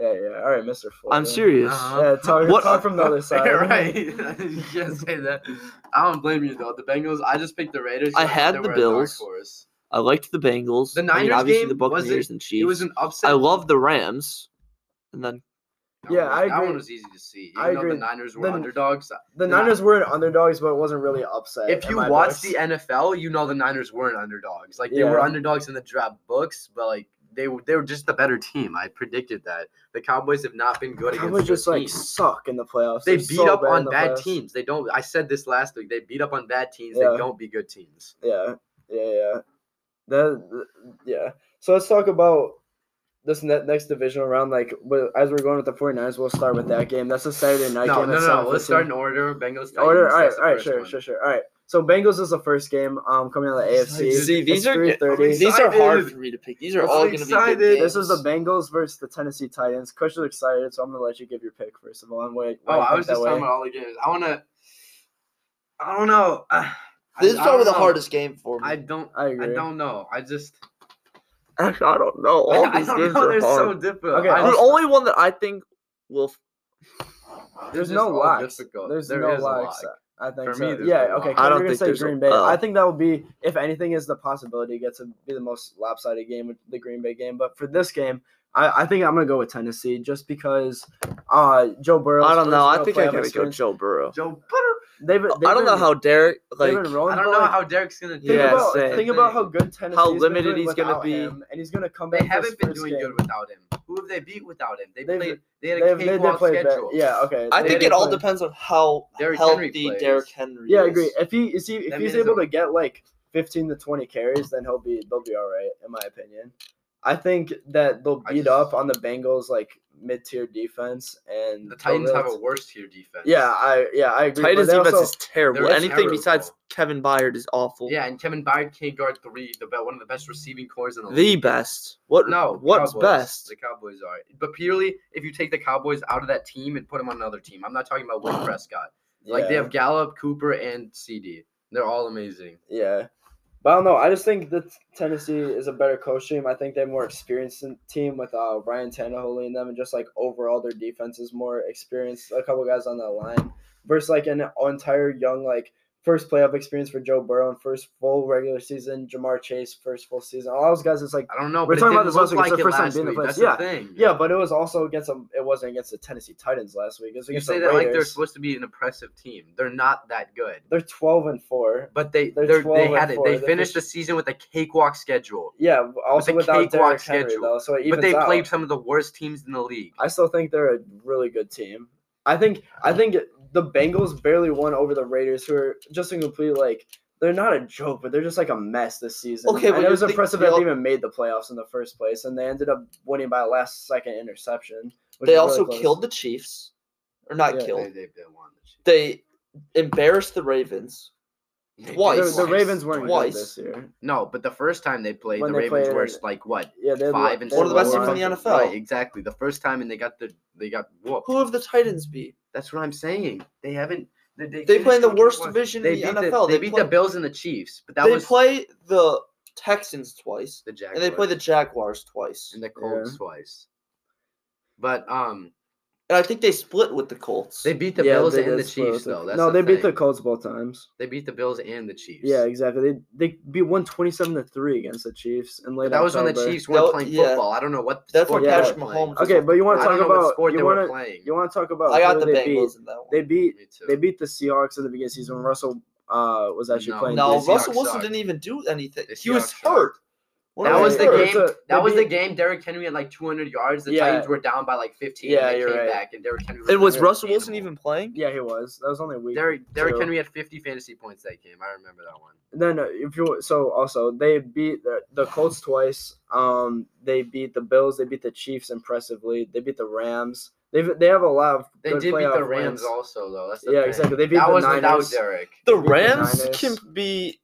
Speaker 1: Yeah, yeah. All right, Mister.
Speaker 2: I'm serious.
Speaker 3: Uh-huh.
Speaker 1: Yeah, talk,
Speaker 2: What-
Speaker 1: talk from the other side.
Speaker 3: Yeah, right. you can't say that. I don't blame you though. The Bengals. I just picked the Raiders. 'cause
Speaker 2: I
Speaker 3: thought
Speaker 2: had
Speaker 3: they
Speaker 2: the
Speaker 3: were a dark
Speaker 2: Bills.
Speaker 3: horse.
Speaker 2: I liked the Bengals.
Speaker 3: The
Speaker 2: I mean,
Speaker 3: Niners
Speaker 2: obviously the
Speaker 3: game wasn't-
Speaker 2: Buccaneers and Chiefs.
Speaker 3: It was an upset.
Speaker 2: I love the Rams. And then
Speaker 3: That
Speaker 1: Yeah,
Speaker 3: one-
Speaker 1: I
Speaker 3: That
Speaker 1: agree.
Speaker 3: one was easy to see. Even
Speaker 1: I
Speaker 3: though
Speaker 1: agree. uh,
Speaker 3: The Niners were
Speaker 1: The-
Speaker 3: underdogs.
Speaker 1: The
Speaker 3: Nah.
Speaker 1: Niners were underdogs, but it wasn't really upset.
Speaker 3: If
Speaker 1: in
Speaker 3: you
Speaker 1: my
Speaker 3: watch
Speaker 1: books.
Speaker 3: the NFL, you know the Niners weren't underdogs. Like they were
Speaker 1: Yeah.
Speaker 3: underdogs in the draft books, but like they were they were just the better team. I predicted that. The Cowboys have not been good
Speaker 1: Cowboys
Speaker 3: against
Speaker 1: just
Speaker 3: good
Speaker 1: like
Speaker 3: teams.
Speaker 1: suck in the playoffs.
Speaker 3: They
Speaker 1: They're
Speaker 3: beat
Speaker 1: so
Speaker 3: up
Speaker 1: in
Speaker 3: on
Speaker 1: the
Speaker 3: bad
Speaker 1: playoffs.
Speaker 3: teams. They don't. I said this last week. They beat up on bad teams.
Speaker 1: Yeah.
Speaker 3: They don't be good teams.
Speaker 1: Yeah, yeah, yeah. That, yeah. So let's talk about this ne- next divisional round. Like wi- as we're going with the 49ers, we'll start with that game. That's a Saturday night
Speaker 3: no,
Speaker 1: game.
Speaker 3: no,
Speaker 1: at
Speaker 3: no, Let's
Speaker 1: 7:15.
Speaker 3: start in order. Bengals.
Speaker 1: Order. All
Speaker 3: Titans,
Speaker 1: right,
Speaker 3: that's the
Speaker 1: all right,
Speaker 3: first
Speaker 1: sure,
Speaker 3: one.
Speaker 1: sure, sure. All right. So Bengals is the first game um, coming out of the AFC.
Speaker 2: See, these are-
Speaker 1: three thirty.
Speaker 3: Excited.
Speaker 2: these are hard
Speaker 3: excited.
Speaker 2: for me to pick. These are
Speaker 3: I'm
Speaker 2: all going to be good
Speaker 3: excited.
Speaker 2: games.
Speaker 1: This is the Bengals versus the Tennessee Titans. Kush is excited, so I'm gonna let you give your pick first of all. And wait,
Speaker 3: Oh, I was
Speaker 1: that
Speaker 3: just
Speaker 1: way.
Speaker 3: talking about all the games. I wanna. I don't know. Ah, I-
Speaker 2: This is
Speaker 3: I
Speaker 2: probably
Speaker 3: don't
Speaker 2: the
Speaker 3: know.
Speaker 2: hardest game for me.
Speaker 3: I don't.
Speaker 1: I
Speaker 3: I
Speaker 1: agree.
Speaker 3: don't know. I just.
Speaker 2: Actually, I don't know. All
Speaker 3: I
Speaker 2: these
Speaker 3: don't
Speaker 2: games
Speaker 3: know. They're
Speaker 2: are
Speaker 3: so
Speaker 2: hard.
Speaker 3: difficult.
Speaker 1: Okay,
Speaker 3: I
Speaker 1: I'll-
Speaker 2: the
Speaker 3: just-
Speaker 2: only one that I think will. f-
Speaker 3: they're
Speaker 1: There's
Speaker 3: just
Speaker 1: no
Speaker 3: all
Speaker 1: locks.
Speaker 3: difficult.
Speaker 1: There's
Speaker 3: There
Speaker 1: no
Speaker 3: is a
Speaker 1: locks.
Speaker 3: lock.
Speaker 1: I think
Speaker 3: For
Speaker 1: so.
Speaker 3: me, there's
Speaker 1: yeah.
Speaker 3: no
Speaker 1: okay.
Speaker 3: lock.
Speaker 1: I
Speaker 2: I
Speaker 1: don't
Speaker 2: don't
Speaker 1: gonna
Speaker 2: think
Speaker 1: say
Speaker 2: there's a-
Speaker 1: Green Bay.
Speaker 2: oh.
Speaker 1: I think that would be, if anything, is the possibility it gets to be the most lopsided game with the Green Bay game. But for this game, I, I think I'm gonna go with Tennessee just because uh Joe Burrow.
Speaker 2: I don't know. I think I gotta go Joe Burrow.
Speaker 3: Joe Butter.
Speaker 1: They've,
Speaker 2: I don't know how Derek like.
Speaker 1: they've been rolling
Speaker 3: I don't
Speaker 1: the
Speaker 3: know
Speaker 1: ball.
Speaker 3: how Derek's gonna do.
Speaker 1: Think,
Speaker 2: Yeah,
Speaker 1: about,
Speaker 2: same.
Speaker 1: think about how good Tennessee
Speaker 2: limited he's gonna be.
Speaker 1: and he's gonna come back.
Speaker 3: they
Speaker 1: for his
Speaker 3: haven't been
Speaker 1: first
Speaker 3: doing
Speaker 1: game.
Speaker 3: good without him. Who have they beat without him? They
Speaker 1: They've-
Speaker 3: played. They had a
Speaker 1: They've, they, they
Speaker 3: cakewalk
Speaker 1: played bad.
Speaker 3: schedule.
Speaker 1: Yeah, okay.
Speaker 2: I
Speaker 1: They-
Speaker 2: think
Speaker 1: they
Speaker 2: it all
Speaker 1: played-
Speaker 2: depends on how
Speaker 3: Derrick Henry
Speaker 2: healthy
Speaker 3: plays.
Speaker 2: Derrick Henry.
Speaker 1: Yeah, I
Speaker 2: is.
Speaker 1: agree. If he is he, if
Speaker 3: That
Speaker 1: he's
Speaker 3: means
Speaker 1: able
Speaker 3: that-
Speaker 1: to get like fifteen to twenty carries, then he'll be they'll be all right, in my opinion. I think that they'll
Speaker 3: I
Speaker 1: beat
Speaker 3: just-
Speaker 1: up on the Bengals like mid tier defense and
Speaker 3: The Titans
Speaker 1: they'll-
Speaker 3: have a worse tier defense.
Speaker 1: Oh, yeah I yeah I agree. but
Speaker 2: Titans
Speaker 1: they
Speaker 2: defense
Speaker 1: also-
Speaker 2: is terrible.
Speaker 3: they're
Speaker 2: Anything
Speaker 3: terrible.
Speaker 2: besides Kevin Byard is awful.
Speaker 3: Yeah, and Kevin Byard can't guard three, the be- one of the best receiving cores in the league.
Speaker 2: the best. What?
Speaker 3: No,
Speaker 2: what's
Speaker 3: Cowboys.
Speaker 2: best?
Speaker 3: The Cowboys are, but purely if you take the Cowboys out of that team and put them on another team. I'm not talking about Wayne Prescott. Like they
Speaker 1: yeah,
Speaker 3: have Gallup, Cooper, and CD. They're all amazing.
Speaker 1: yeah. But I don't know. I just think that Tennessee is a better coach team. I think they're more experienced in- team with uh, Ryan Tannehill leading them, and just like overall their defense is more experienced. A couple guys on that line versus like an entire young like first playoff experience for Joe Burrow and first full regular season, Jamar Chase first full season. All those guys, it's like
Speaker 3: I don't know.
Speaker 1: We're
Speaker 3: but it
Speaker 1: talking about
Speaker 3: didn't
Speaker 1: this last
Speaker 3: look
Speaker 1: week. It's
Speaker 3: Like
Speaker 1: their
Speaker 3: it
Speaker 1: first time
Speaker 3: last
Speaker 1: being in the
Speaker 3: week.
Speaker 1: playoffs.
Speaker 3: That's
Speaker 1: Yeah.
Speaker 3: the thing.
Speaker 1: yeah, but it was also against them. It wasn't against the Tennessee Titans last week. It was
Speaker 3: You
Speaker 1: against
Speaker 3: say
Speaker 1: the
Speaker 3: that like they're
Speaker 1: Raiders.
Speaker 3: supposed to be an impressive team. They're not that good.
Speaker 1: they're twelve and four.
Speaker 3: But they
Speaker 1: They're
Speaker 3: they're they
Speaker 1: 12 and
Speaker 3: had it.
Speaker 1: four.
Speaker 3: They
Speaker 1: They're
Speaker 3: finished the
Speaker 1: just-
Speaker 3: season with a cakewalk schedule.
Speaker 1: Yeah, also
Speaker 3: a
Speaker 1: without
Speaker 3: cakewalk
Speaker 1: Derrick Henry
Speaker 3: schedule.
Speaker 1: though, so it
Speaker 3: But they
Speaker 1: evens out.
Speaker 3: played some of the worst teams in the league.
Speaker 1: I still think they're a really good team. I think I think the Bengals barely won over the Raiders, who are just a complete like they're not a joke, but they're just like a mess this season.
Speaker 2: Okay,
Speaker 1: and
Speaker 2: but
Speaker 1: it was
Speaker 2: you think-
Speaker 1: impressive
Speaker 2: they
Speaker 1: that they
Speaker 2: al-
Speaker 1: even made the playoffs in the first place, and they ended up winning by a last second interception. which was really
Speaker 2: They also
Speaker 1: close.
Speaker 2: killed the Chiefs, or not
Speaker 1: Yeah.
Speaker 3: They,
Speaker 2: killed.
Speaker 3: they, they won the shit.
Speaker 2: They embarrassed the Ravens.
Speaker 3: They did
Speaker 1: the,
Speaker 2: Twice.
Speaker 1: the Ravens weren't
Speaker 2: Twice.
Speaker 1: good this year.
Speaker 3: No, but the first time they played,
Speaker 1: When
Speaker 3: the
Speaker 1: they
Speaker 3: Ravens
Speaker 1: played-
Speaker 3: were like what
Speaker 1: Yeah, they're
Speaker 3: five and
Speaker 1: they're
Speaker 2: One of the best
Speaker 1: low
Speaker 2: teams in
Speaker 1: on-
Speaker 2: the
Speaker 3: something.
Speaker 2: NFL.
Speaker 3: Right, exactly. The first time, and they got the they got whooped.
Speaker 2: Who have the Titans beat?
Speaker 3: That's what I'm saying. They haven't. They, they,
Speaker 2: They
Speaker 3: finished
Speaker 2: play in the
Speaker 3: with
Speaker 2: worst
Speaker 3: one-
Speaker 2: division
Speaker 3: They
Speaker 2: in the
Speaker 3: beat
Speaker 2: NFL.
Speaker 3: The, they, beat
Speaker 2: play,
Speaker 3: the Bills and the Chiefs, but that
Speaker 2: they
Speaker 3: was
Speaker 2: play the Texans twice,
Speaker 3: the Jaguars.
Speaker 2: and they play the Jaguars twice.
Speaker 3: and the Colts twice. But um,
Speaker 2: And I think they split with the Colts.
Speaker 3: they beat the
Speaker 1: Yeah,
Speaker 3: Bills
Speaker 1: they
Speaker 3: and
Speaker 1: did
Speaker 3: the
Speaker 1: split with
Speaker 3: Chiefs
Speaker 1: the-
Speaker 3: though. That's
Speaker 1: no, they
Speaker 3: the
Speaker 1: beat the
Speaker 3: thing.
Speaker 1: Colts both times.
Speaker 3: They beat the Bills and the Chiefs.
Speaker 1: Yeah, exactly. They they beat one twenty seven to three against the Chiefs and late.
Speaker 3: But that was when the
Speaker 1: October.
Speaker 3: Chiefs weren't
Speaker 2: That-
Speaker 3: playing
Speaker 2: yeah.
Speaker 3: football. I don't know what.
Speaker 2: That's
Speaker 3: sport
Speaker 2: when
Speaker 1: Yeah.
Speaker 3: they were
Speaker 2: Patrick
Speaker 3: playing.
Speaker 2: Mahomes. was
Speaker 1: Okay,
Speaker 2: on
Speaker 1: but you want
Speaker 3: I
Speaker 1: to
Speaker 3: don't
Speaker 1: talk
Speaker 3: know what
Speaker 1: about
Speaker 3: sport they
Speaker 1: you
Speaker 3: were
Speaker 1: want to
Speaker 3: playing.
Speaker 1: you want to talk about
Speaker 2: I got
Speaker 3: Oh,
Speaker 1: who
Speaker 2: the
Speaker 1: they
Speaker 2: Bengals
Speaker 1: beat.
Speaker 2: in that one.
Speaker 1: They beat
Speaker 3: Me too.
Speaker 1: they beat the Seahawks at the beginning of the season. when Russell uh, was actually
Speaker 3: No.
Speaker 1: playing.
Speaker 3: They
Speaker 2: No,
Speaker 1: decent.
Speaker 2: Russell
Speaker 3: Seahawks
Speaker 2: Wilson
Speaker 3: suck.
Speaker 2: didn't even do anything.
Speaker 3: The
Speaker 2: he was
Speaker 3: Seahawks suck.
Speaker 2: hurt. When
Speaker 3: That
Speaker 1: Well,
Speaker 2: was
Speaker 3: was
Speaker 2: he
Speaker 3: the
Speaker 1: they-
Speaker 2: hurt?
Speaker 3: game.
Speaker 1: it's a- they
Speaker 3: that was the
Speaker 1: beat-
Speaker 3: game. Derrick Henry had like 200 yards. The
Speaker 1: Yeah.
Speaker 3: Titans were down by like 15.
Speaker 1: Yeah,
Speaker 3: and they
Speaker 1: you're
Speaker 3: came
Speaker 1: right.
Speaker 3: back, and Derrick Henry.
Speaker 2: And was
Speaker 3: an
Speaker 2: Russell Wilson
Speaker 3: animal.
Speaker 2: even playing?
Speaker 1: Yeah, he was. That was only a week.
Speaker 3: Derrick, Derrick
Speaker 1: two.
Speaker 3: Henry had 50 fantasy points that game. I remember that one.
Speaker 1: Then uh, if you so also they beat the, the Colts twice. Um, they beat the Bills. They beat the Chiefs impressively. They beat the Rams. They they have a lot of
Speaker 3: They
Speaker 1: good
Speaker 3: did beat
Speaker 1: playoff
Speaker 3: the Rams
Speaker 1: wins.
Speaker 3: also, though. That's the
Speaker 1: Yeah,
Speaker 3: thing.
Speaker 1: exactly. They beat
Speaker 3: That
Speaker 1: the
Speaker 3: was without
Speaker 1: Niners.
Speaker 3: Derrick.
Speaker 2: The
Speaker 1: They beat the
Speaker 2: Rams
Speaker 1: Niners.
Speaker 2: can be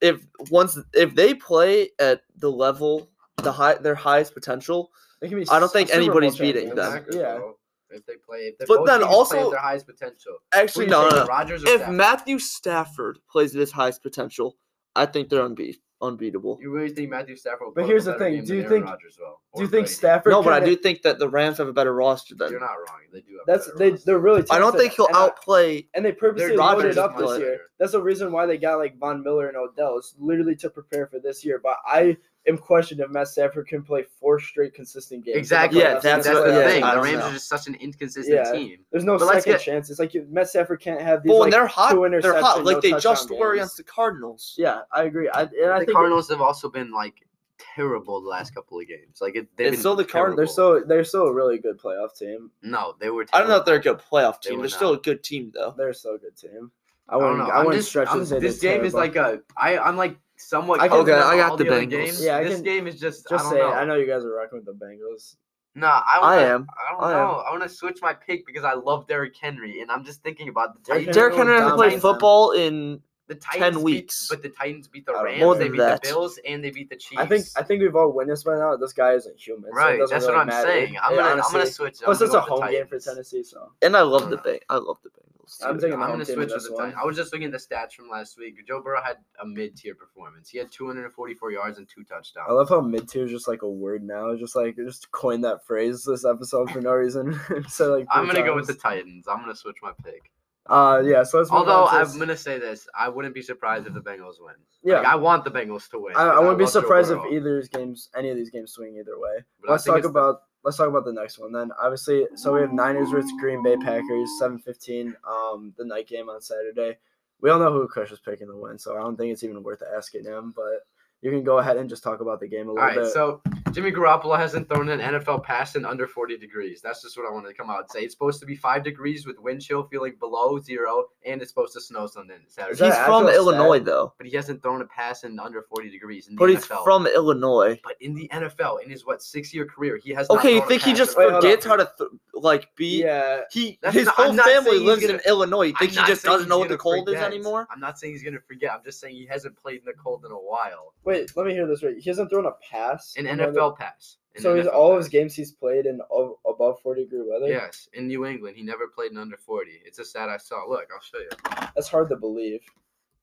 Speaker 2: if once if they play at the level the high their highest potential.
Speaker 1: They can be
Speaker 2: I don't
Speaker 1: s-
Speaker 2: think
Speaker 1: a Super Bowl
Speaker 2: anybody's
Speaker 1: champion.
Speaker 2: beating them.
Speaker 3: Packers,
Speaker 1: Yeah.
Speaker 3: bro. If they play, if they
Speaker 2: But
Speaker 3: both
Speaker 2: then
Speaker 3: teams play
Speaker 2: also-
Speaker 3: at their highest potential.
Speaker 2: Actually,
Speaker 3: Who
Speaker 2: no,
Speaker 3: you
Speaker 2: no,
Speaker 3: taking,
Speaker 2: no.
Speaker 3: Rodgers or
Speaker 2: If
Speaker 3: Stafford?
Speaker 2: Matthew Stafford plays at his highest potential, I think they're unbe- unbeatable.
Speaker 3: you really think Matthew Stafford? will
Speaker 1: But
Speaker 3: put up
Speaker 1: here's
Speaker 3: a
Speaker 1: the
Speaker 3: better
Speaker 1: thing,
Speaker 3: game
Speaker 1: do
Speaker 3: than
Speaker 1: you
Speaker 3: Aaron
Speaker 1: think-
Speaker 3: Rodgers will,
Speaker 1: Do
Speaker 3: or
Speaker 1: you think
Speaker 3: Brady?
Speaker 1: Stafford?
Speaker 2: No, but I
Speaker 1: could've-
Speaker 2: do think that the Rams have a better roster than.
Speaker 3: You're not wrong. They do. Have
Speaker 1: That's
Speaker 3: better
Speaker 1: they.
Speaker 3: roster.
Speaker 1: They're really.
Speaker 2: I don't
Speaker 1: talented,
Speaker 2: think he'll
Speaker 1: and I-
Speaker 2: outplay.
Speaker 1: And they purposely
Speaker 2: They're
Speaker 1: loaded
Speaker 2: Rodgers
Speaker 1: it up
Speaker 2: is
Speaker 1: this
Speaker 2: much
Speaker 1: year.
Speaker 3: better.
Speaker 1: That's the reason why they got like Von Miller and Odell. It's literally to prepare for this year. But I am questioning if Matt Stafford can play four straight consistent games.
Speaker 3: Exactly.
Speaker 2: Yeah, that's
Speaker 3: that's,
Speaker 2: what-
Speaker 3: the
Speaker 2: yeah,
Speaker 3: thing.
Speaker 2: I
Speaker 3: The
Speaker 2: don't
Speaker 3: Rams
Speaker 2: know.
Speaker 3: are just such an inconsistent
Speaker 1: Yeah.
Speaker 3: team.
Speaker 1: There's no
Speaker 3: But let's
Speaker 1: second
Speaker 3: get-
Speaker 1: chance. It's like you, Matt Stafford can't have these.
Speaker 2: Well, when
Speaker 1: like,
Speaker 2: they're hot,
Speaker 1: two
Speaker 2: they're hot.
Speaker 1: interception,
Speaker 2: Like
Speaker 1: no
Speaker 2: they
Speaker 1: touchdown
Speaker 2: just were
Speaker 1: games.
Speaker 2: against the Cardinals.
Speaker 1: yeah, I agree. I, and I
Speaker 3: the
Speaker 1: think
Speaker 3: Cardinals have also been like terrible the last couple of games. Like it, they've
Speaker 2: It's
Speaker 3: been
Speaker 2: still the Card-
Speaker 1: it- they're so
Speaker 3: terrible.
Speaker 1: they're still a really good playoff team.
Speaker 3: no, they were.
Speaker 2: I don't know if they're a
Speaker 3: terrible.
Speaker 2: good playoff
Speaker 3: They
Speaker 2: team.
Speaker 3: were
Speaker 2: They're still a
Speaker 3: not.
Speaker 2: good team though.
Speaker 1: They're so good team. I
Speaker 3: I
Speaker 1: wouldn't.
Speaker 3: don't know.
Speaker 1: I
Speaker 3: I'm
Speaker 1: wouldn't
Speaker 3: just,
Speaker 1: stretch
Speaker 3: I'm,
Speaker 1: and say
Speaker 3: this
Speaker 1: they're
Speaker 3: game is
Speaker 1: terrible.
Speaker 3: like a. I I'm like somewhat.
Speaker 1: I can-
Speaker 3: confident
Speaker 2: Okay, I
Speaker 3: about
Speaker 2: got
Speaker 3: all
Speaker 2: the
Speaker 3: other
Speaker 2: Bengals.
Speaker 3: Games.
Speaker 1: Yeah, I
Speaker 3: this
Speaker 1: can-
Speaker 3: game is just.
Speaker 1: Just
Speaker 3: I
Speaker 1: say.
Speaker 3: don't know.
Speaker 1: I know you guys are rocking with the Bengals.
Speaker 3: Nah, I,
Speaker 2: I
Speaker 3: wanna,
Speaker 2: am.
Speaker 3: I don't
Speaker 2: I am.
Speaker 3: know. I want to switch my pick because I love Derrick Henry, and I'm just thinking about the
Speaker 1: Derrick
Speaker 3: Titans.
Speaker 2: Derrick Henry hasn't played
Speaker 1: Dominate them.
Speaker 2: football in
Speaker 3: The Titans
Speaker 2: weeks.
Speaker 3: beat, but the Titans beat the
Speaker 1: I don't
Speaker 3: Rams.
Speaker 1: know.
Speaker 3: they
Speaker 1: More
Speaker 3: beat
Speaker 2: than that.
Speaker 3: the Bills, and they beat the Chiefs.
Speaker 1: I think I think we've all witnessed by now. This guy isn't human. so it
Speaker 3: right.
Speaker 1: doesn't
Speaker 3: That's
Speaker 1: really
Speaker 3: what I'm
Speaker 1: matter.
Speaker 3: saying. I'm
Speaker 1: It
Speaker 3: gonna I'm
Speaker 1: honestly-
Speaker 3: gonna switch. I'm
Speaker 1: Plus,
Speaker 3: gonna
Speaker 1: it's a
Speaker 3: go with the
Speaker 1: home game for
Speaker 3: Titans.
Speaker 1: Tennessee, so
Speaker 2: and I love the
Speaker 3: Uh,
Speaker 2: Bang. I love the Bengals.
Speaker 1: I'm
Speaker 2: too.
Speaker 1: taking
Speaker 3: I'm
Speaker 1: the home
Speaker 3: gonna
Speaker 1: team
Speaker 3: switch
Speaker 1: in
Speaker 3: with
Speaker 1: this
Speaker 3: the Titans.
Speaker 1: one.
Speaker 3: I was just looking at the stats from last week. Joe Burrow had a mid-tier performance. He had 244 yards and two touchdowns.
Speaker 1: I love how mid tier is just like a word now. Just like just coined that phrase this episode for no reason. so like
Speaker 3: I'm
Speaker 1: three
Speaker 3: gonna go with the
Speaker 1: times.
Speaker 3: Titans. I'm gonna switch my pick.
Speaker 1: Uh yeah. So let's move
Speaker 3: Although
Speaker 1: on to
Speaker 3: I'm
Speaker 1: this-
Speaker 3: gonna say this, I wouldn't be surprised if the Bengals win.
Speaker 1: yeah.
Speaker 3: Like, I want the Bengals to win.
Speaker 1: I, I
Speaker 3: because
Speaker 1: wouldn't be
Speaker 3: love Joe
Speaker 1: surprised if
Speaker 3: Burrow.
Speaker 1: either of these games, any of these games, swing either way.
Speaker 3: But I
Speaker 1: let's
Speaker 3: think
Speaker 1: talk
Speaker 3: it's the-
Speaker 1: about let's talk about the next one then. Obviously, so we have Niners versus Green Bay Packers, seven fifteen. Um, the night game on Saturday. We all know who Kush is picking to win, so I don't think it's even worth asking him. But you can go ahead and just talk about the game a
Speaker 3: All
Speaker 1: little
Speaker 3: right,
Speaker 1: bit.
Speaker 3: so Jimmy Garoppolo hasn't thrown an NFL pass in under 40 degrees. That's just what I wanted to come out and say. It's supposed to be five degrees with wind chill feeling below zero, and it's supposed to snow Sunday and Saturday.
Speaker 1: Is that
Speaker 2: He's
Speaker 1: an
Speaker 2: from
Speaker 1: actual
Speaker 2: Illinois
Speaker 1: stat?
Speaker 2: though,
Speaker 3: but he hasn't thrown a pass in under 40 degrees in the
Speaker 2: but he's
Speaker 3: NFL.
Speaker 2: from Illinois.
Speaker 3: but in the NFL, in his what six-year career, he has. not
Speaker 2: Okay, you
Speaker 3: thrown a
Speaker 2: think he
Speaker 3: pass
Speaker 2: just
Speaker 3: in
Speaker 1: Wait,
Speaker 3: over-
Speaker 1: hold
Speaker 2: forgets how to th- like be?
Speaker 1: yeah,
Speaker 2: He
Speaker 3: That's
Speaker 2: his
Speaker 3: not- I'm
Speaker 2: whole
Speaker 3: not
Speaker 2: family
Speaker 3: saying he's
Speaker 2: lives in
Speaker 3: gonna-
Speaker 2: Illinois. You
Speaker 3: I'm
Speaker 2: think he
Speaker 3: not
Speaker 2: just
Speaker 3: saying
Speaker 2: doesn't
Speaker 3: he's
Speaker 2: know what
Speaker 3: gonna
Speaker 2: the cold is
Speaker 3: forget.
Speaker 2: anymore?
Speaker 3: I'm not saying he's gonna forget. I'm just saying he hasn't played in the cold in a while.
Speaker 1: wait, let me hear this right. He hasn't thrown a pass
Speaker 3: An
Speaker 1: in more than-
Speaker 3: NFL pass. An
Speaker 1: So he's
Speaker 3: NFL
Speaker 1: all his
Speaker 3: pass.
Speaker 1: games he's played in o- above forty degree weather.
Speaker 3: Yes, in New England, he never played in under 40. It's a stat I saw. Look, I'll show you.
Speaker 1: That's hard to believe.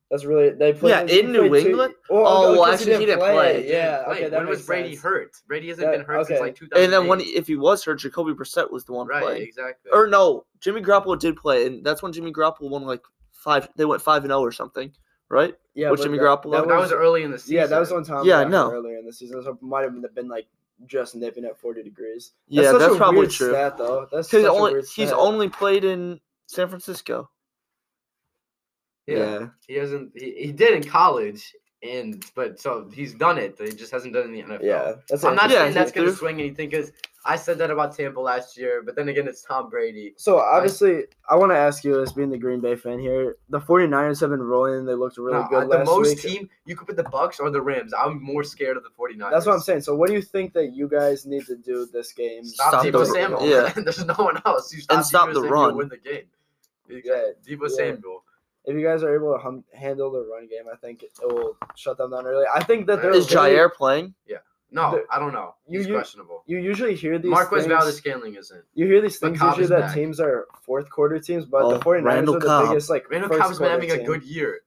Speaker 1: That's really they played.
Speaker 2: Yeah,
Speaker 1: he
Speaker 2: in New
Speaker 1: played two-
Speaker 2: England?
Speaker 1: Well,
Speaker 2: Oh,
Speaker 1: no,
Speaker 2: well,
Speaker 1: 'cause
Speaker 2: actually, he didn't play. He
Speaker 1: Yeah,
Speaker 3: Wait,
Speaker 1: okay, that
Speaker 3: when was
Speaker 1: makes
Speaker 3: Brady
Speaker 1: sense.
Speaker 3: hurt? Brady hasn't
Speaker 1: That-
Speaker 3: been hurt since
Speaker 1: okay.
Speaker 3: like 2008.
Speaker 2: And then when he, if he was hurt, Jacoby Brissett was the one
Speaker 3: right,
Speaker 2: playing.
Speaker 3: exactly.
Speaker 2: Or no, Jimmy Garoppolo did play, and that's when Jimmy Garoppolo won like five. They went five and zero or something, right?
Speaker 1: Yeah,
Speaker 2: With
Speaker 1: but
Speaker 2: Jimmy
Speaker 1: that-
Speaker 2: Garoppolo?
Speaker 3: that, was, early in the season.
Speaker 1: Yeah, that was on time.
Speaker 2: Yeah, I know.
Speaker 1: Earlier in the season, so it might have been- been like just nipping at forty degrees.
Speaker 2: Yeah,
Speaker 1: such
Speaker 2: that's
Speaker 1: a
Speaker 2: probably
Speaker 1: weird
Speaker 2: true.
Speaker 1: Stat, though. That's
Speaker 2: He's
Speaker 1: such a
Speaker 2: only
Speaker 1: weird
Speaker 2: he's
Speaker 1: stat.
Speaker 2: only played in San Francisco.
Speaker 3: Yeah. He hasn't. He, he did in college, and but so he's done it. He just hasn't done it in the NFL.
Speaker 1: yeah. That's
Speaker 3: I'm not
Speaker 2: Yeah,
Speaker 3: saying that's
Speaker 2: he-
Speaker 3: going to
Speaker 2: there's-
Speaker 3: swing anything because I said that about Tampa last year, but then again, it's Tom Brady.
Speaker 1: So obviously, I want to ask you, as being the Green Bay fan here, the 49ers have been rolling. They looked really
Speaker 3: No,
Speaker 1: good
Speaker 3: I-
Speaker 1: last
Speaker 3: the most
Speaker 1: week.
Speaker 3: team you could put the Bucks or the Rams. I'm more scared of the 49ers.
Speaker 1: That's what I'm saying. So, what do you think that you guys need to do this game?
Speaker 3: Stop,
Speaker 2: Stop
Speaker 3: Debo
Speaker 2: the-
Speaker 3: Samuel.
Speaker 2: yeah.
Speaker 3: There's no one else. You stop
Speaker 2: And stop
Speaker 3: Debo
Speaker 2: the
Speaker 3: Samuel,
Speaker 2: run.
Speaker 3: Win the game.
Speaker 1: Yeah,
Speaker 3: Debo
Speaker 1: yeah.
Speaker 3: Samuel.
Speaker 1: If you guys are able to hum- handle the run game, I think it will shut them down early. I think that they're
Speaker 2: Is
Speaker 1: really-
Speaker 2: Jair playing?
Speaker 3: No,
Speaker 1: The-
Speaker 3: I don't know.
Speaker 1: you-
Speaker 3: He's
Speaker 1: you-
Speaker 3: questionable.
Speaker 1: You usually hear these
Speaker 3: Marquez
Speaker 1: things-
Speaker 3: Valdez Scanling isn't.
Speaker 1: You hear these things
Speaker 3: Cobb
Speaker 1: usually
Speaker 3: is
Speaker 1: that
Speaker 3: back.
Speaker 1: teams are fourth quarter teams, but
Speaker 2: Oh,
Speaker 1: the 49ers
Speaker 2: Randall
Speaker 1: are the
Speaker 2: Cobb.
Speaker 1: biggest like
Speaker 3: Randall
Speaker 1: first
Speaker 3: Cobb's been
Speaker 1: quarter
Speaker 3: having a
Speaker 1: team.
Speaker 3: good year.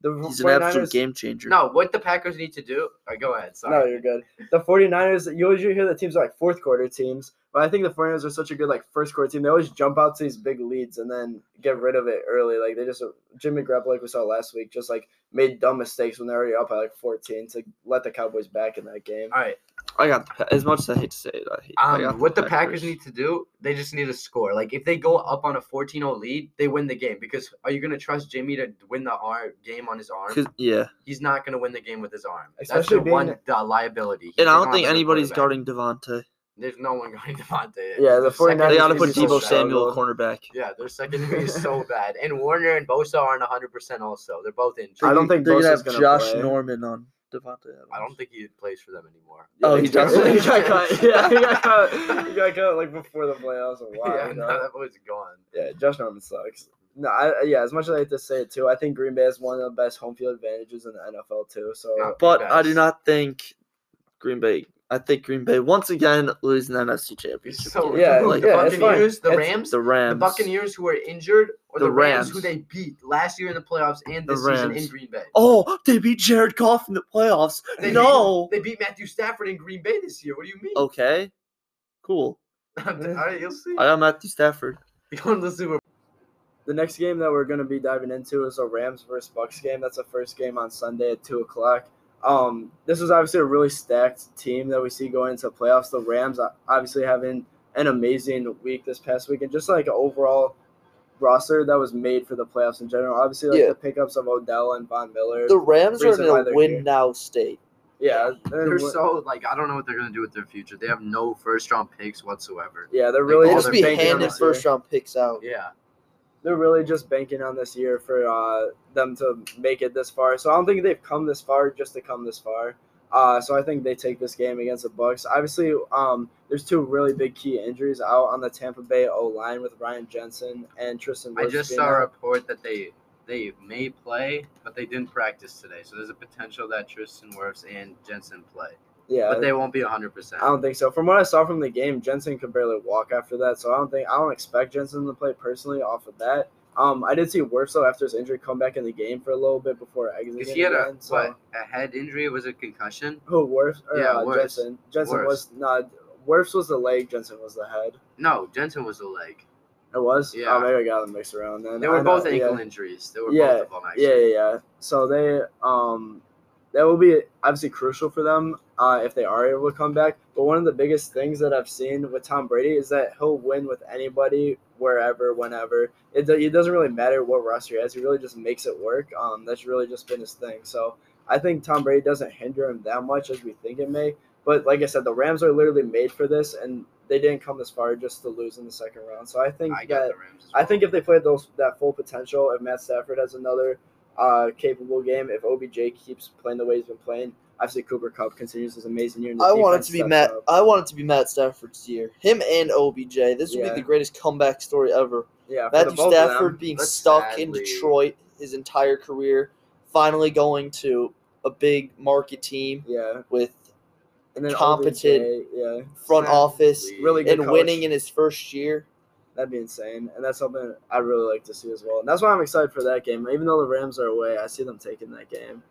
Speaker 1: The
Speaker 2: He's an absolute
Speaker 1: 49ers
Speaker 2: game changer.
Speaker 3: No, what the Packers need to do? Alright, go ahead. Sorry.
Speaker 1: No, you're good. The 49ers, you usually hear that teams are like fourth quarter teams, but I think the 49ers are such a good like first quarter team. They always jump out to these big leads and then get rid of it early. Like they just Jimmy Garoppolo, like we saw last week, just like made dumb mistakes when they're already up by like 14 to let the Cowboys back in that game.
Speaker 3: All right.
Speaker 2: I got the, Pa- as much as I hate to say it. I hate. I got
Speaker 3: Um, what the Packers need to do, they just need to score. Like, if they go up on a 14 0 lead, they win the game. Because are you going to trust Jimmy to win the arm, game on his arm?
Speaker 2: 'Cause- yeah,
Speaker 3: He's not going to win the game with his arm. That's
Speaker 1: Especially
Speaker 3: the one
Speaker 1: being-
Speaker 3: uh, liability. He-
Speaker 2: and
Speaker 3: they
Speaker 2: I don't
Speaker 3: have
Speaker 2: think
Speaker 3: another
Speaker 2: anybody's
Speaker 3: quarterback.
Speaker 2: guarding Devontae.
Speaker 3: There's no one guarding Devontae.
Speaker 1: Yeah, the
Speaker 3: Their secondary
Speaker 1: 49ers
Speaker 2: They got to
Speaker 1: is
Speaker 2: put
Speaker 1: so
Speaker 2: Debo
Speaker 1: shallow.
Speaker 2: Samuel cornerback.
Speaker 3: Yeah, their secondary is so bad. And Warner and Bosa aren't 100% also. They're both injured.
Speaker 1: I don't think
Speaker 2: they're gonna
Speaker 1: Bosa's
Speaker 2: have
Speaker 1: gonna
Speaker 2: Josh
Speaker 1: play.
Speaker 2: Norman on Devontae. Adams.
Speaker 3: I don't think he plays for them anymore.
Speaker 2: Oh, he
Speaker 1: got-
Speaker 2: does.
Speaker 1: he got cut. Yeah, he got cut. He got cut like before the playoffs. Wow.
Speaker 3: yeah,
Speaker 1: you
Speaker 3: no,
Speaker 1: know?
Speaker 3: that boy's gone.
Speaker 1: Yeah, Josh Norman sucks. No, I, yeah. As much as I hate to say it too, I think Green Bay has one of the best home field advantages in the NFL too. So
Speaker 3: No.
Speaker 2: But I
Speaker 3: Yes.
Speaker 2: do not think Green Bay I think Green Bay once again losing the NFC Championship.
Speaker 3: So
Speaker 2: game.
Speaker 1: Yeah,
Speaker 3: who,
Speaker 2: like
Speaker 1: yeah,
Speaker 3: the
Speaker 1: it's fine.
Speaker 3: Buccaneers, the
Speaker 1: It's-
Speaker 3: Rams,
Speaker 2: the Rams.
Speaker 3: the Buccaneers who were injured, or the,
Speaker 2: The
Speaker 3: Rams. who
Speaker 2: Rams.
Speaker 3: they beat last year in the playoffs and
Speaker 2: The
Speaker 3: this season
Speaker 2: Rams.
Speaker 3: in Green Bay.
Speaker 2: Oh, they beat Jared Goff in the playoffs.
Speaker 3: They
Speaker 2: no.
Speaker 3: They beat Matthew Stafford in Green Bay this year. What do you mean?
Speaker 2: okay. Cool.
Speaker 3: All right, you'll see.
Speaker 2: I got Matthew Stafford.
Speaker 3: You're going to the Super Bowl.
Speaker 1: The next game that we're going to be diving into is a Rams versus Bucks game. That's the first game on Sunday at two o'clock. Um, this was obviously a really stacked team that we see going into playoffs. The Rams uh, obviously having an amazing week this past week, and just like an overall roster that was made for the playoffs in general. Obviously, like
Speaker 2: Yeah.
Speaker 1: the pickups of Odell and Von Miller.
Speaker 2: The Rams are in
Speaker 1: Reason why
Speaker 2: a
Speaker 1: they're
Speaker 2: win
Speaker 1: here.
Speaker 2: now state.
Speaker 1: yeah,
Speaker 3: They're
Speaker 1: they're
Speaker 3: so like I don't know what they're gonna do with their future. They have no first round picks whatsoever.
Speaker 1: yeah, they're
Speaker 3: They
Speaker 1: really
Speaker 2: They'll
Speaker 3: all
Speaker 1: just
Speaker 2: just be
Speaker 3: their
Speaker 1: banking on
Speaker 2: handing
Speaker 1: this year.
Speaker 2: first round picks out.
Speaker 3: Yeah,
Speaker 1: they're really just banking on this year for uh, them to make it this far. So I don't think they've come this far just to come this far. Uh, so I think they take this game against the Bucks. Obviously, um, there's two really big key injuries out on the Tampa Bay O line with Ryan Jensen and Tristan.
Speaker 3: I
Speaker 1: Wirfs
Speaker 3: just
Speaker 1: being
Speaker 3: saw a
Speaker 1: out.
Speaker 3: report that they they may play, but they didn't practice today. So there's a potential that Tristan Wirfs and Jensen play,
Speaker 1: Yeah,
Speaker 3: but they won't be 100. percent
Speaker 1: I don't think so. From what I saw from the game, Jensen could barely walk after that, so I don't think I don't expect Jensen to play personally off of that. Um, I did see Wirfs though after his injury come back in the game for a little bit before exiting.
Speaker 3: Because he had a
Speaker 1: again, so.
Speaker 3: what a head injury? Was it concussion?
Speaker 1: Who Worf or
Speaker 3: Yeah,
Speaker 1: uh,
Speaker 3: Wirfs.
Speaker 1: Jensen? Jensen
Speaker 3: Wirfs.
Speaker 1: was not. Worfs was the leg. Jensen was the head.
Speaker 3: No, Jensen was the leg.
Speaker 1: It was.
Speaker 3: Yeah.
Speaker 1: Oh, maybe I got them mixed around. Then
Speaker 3: They
Speaker 1: I
Speaker 3: were
Speaker 1: know,
Speaker 3: both ankle
Speaker 1: Yeah.
Speaker 3: injuries. They were
Speaker 1: Yeah,
Speaker 3: both of them actually.
Speaker 1: yeah, yeah, yeah. So they um, that will be obviously crucial for them uh, if they are able to come back. But one of the biggest things that I've seen with Tom Brady is that he'll win with anybody, wherever, whenever. It, do- it doesn't really matter what roster he has. He really just makes it work. Um, that's really just been his thing. So I think Tom Brady doesn't hinder him that much as we think it may. But like I said, the Rams are literally made for this, and they didn't come this far just to lose in the second round. So I think
Speaker 3: I
Speaker 1: that
Speaker 3: got the Rams. as
Speaker 1: I
Speaker 3: well.
Speaker 1: think if they played those that full potential, if Matt Stafford has another uh, capable game, if OBJ keeps playing the way he's been playing, obviously Cooper Cup continues his amazing year. and the
Speaker 2: I want it
Speaker 1: defense
Speaker 2: to be
Speaker 1: steps
Speaker 2: Matt.
Speaker 1: up.
Speaker 2: I want it to be Matt Stafford's year. Him and OBJ. This would
Speaker 1: Yeah.
Speaker 2: be the greatest comeback story ever.
Speaker 1: Yeah, for the
Speaker 2: Matthew
Speaker 1: both of them.
Speaker 2: Stafford being
Speaker 3: that's
Speaker 2: stuck in
Speaker 3: sadly-
Speaker 2: Detroit his entire career, finally going to a big market team
Speaker 1: Yeah,
Speaker 2: with
Speaker 1: and then
Speaker 2: Competent.
Speaker 1: OBJ, yeah,
Speaker 2: front
Speaker 3: Sadly.
Speaker 2: office
Speaker 1: really good
Speaker 2: and
Speaker 1: coach.
Speaker 2: winning in his first year.
Speaker 1: that'd be insane, and that's something I'd really like to see as well. And that's why I'm excited for that game. Even though the Rams are away, I see them taking that game.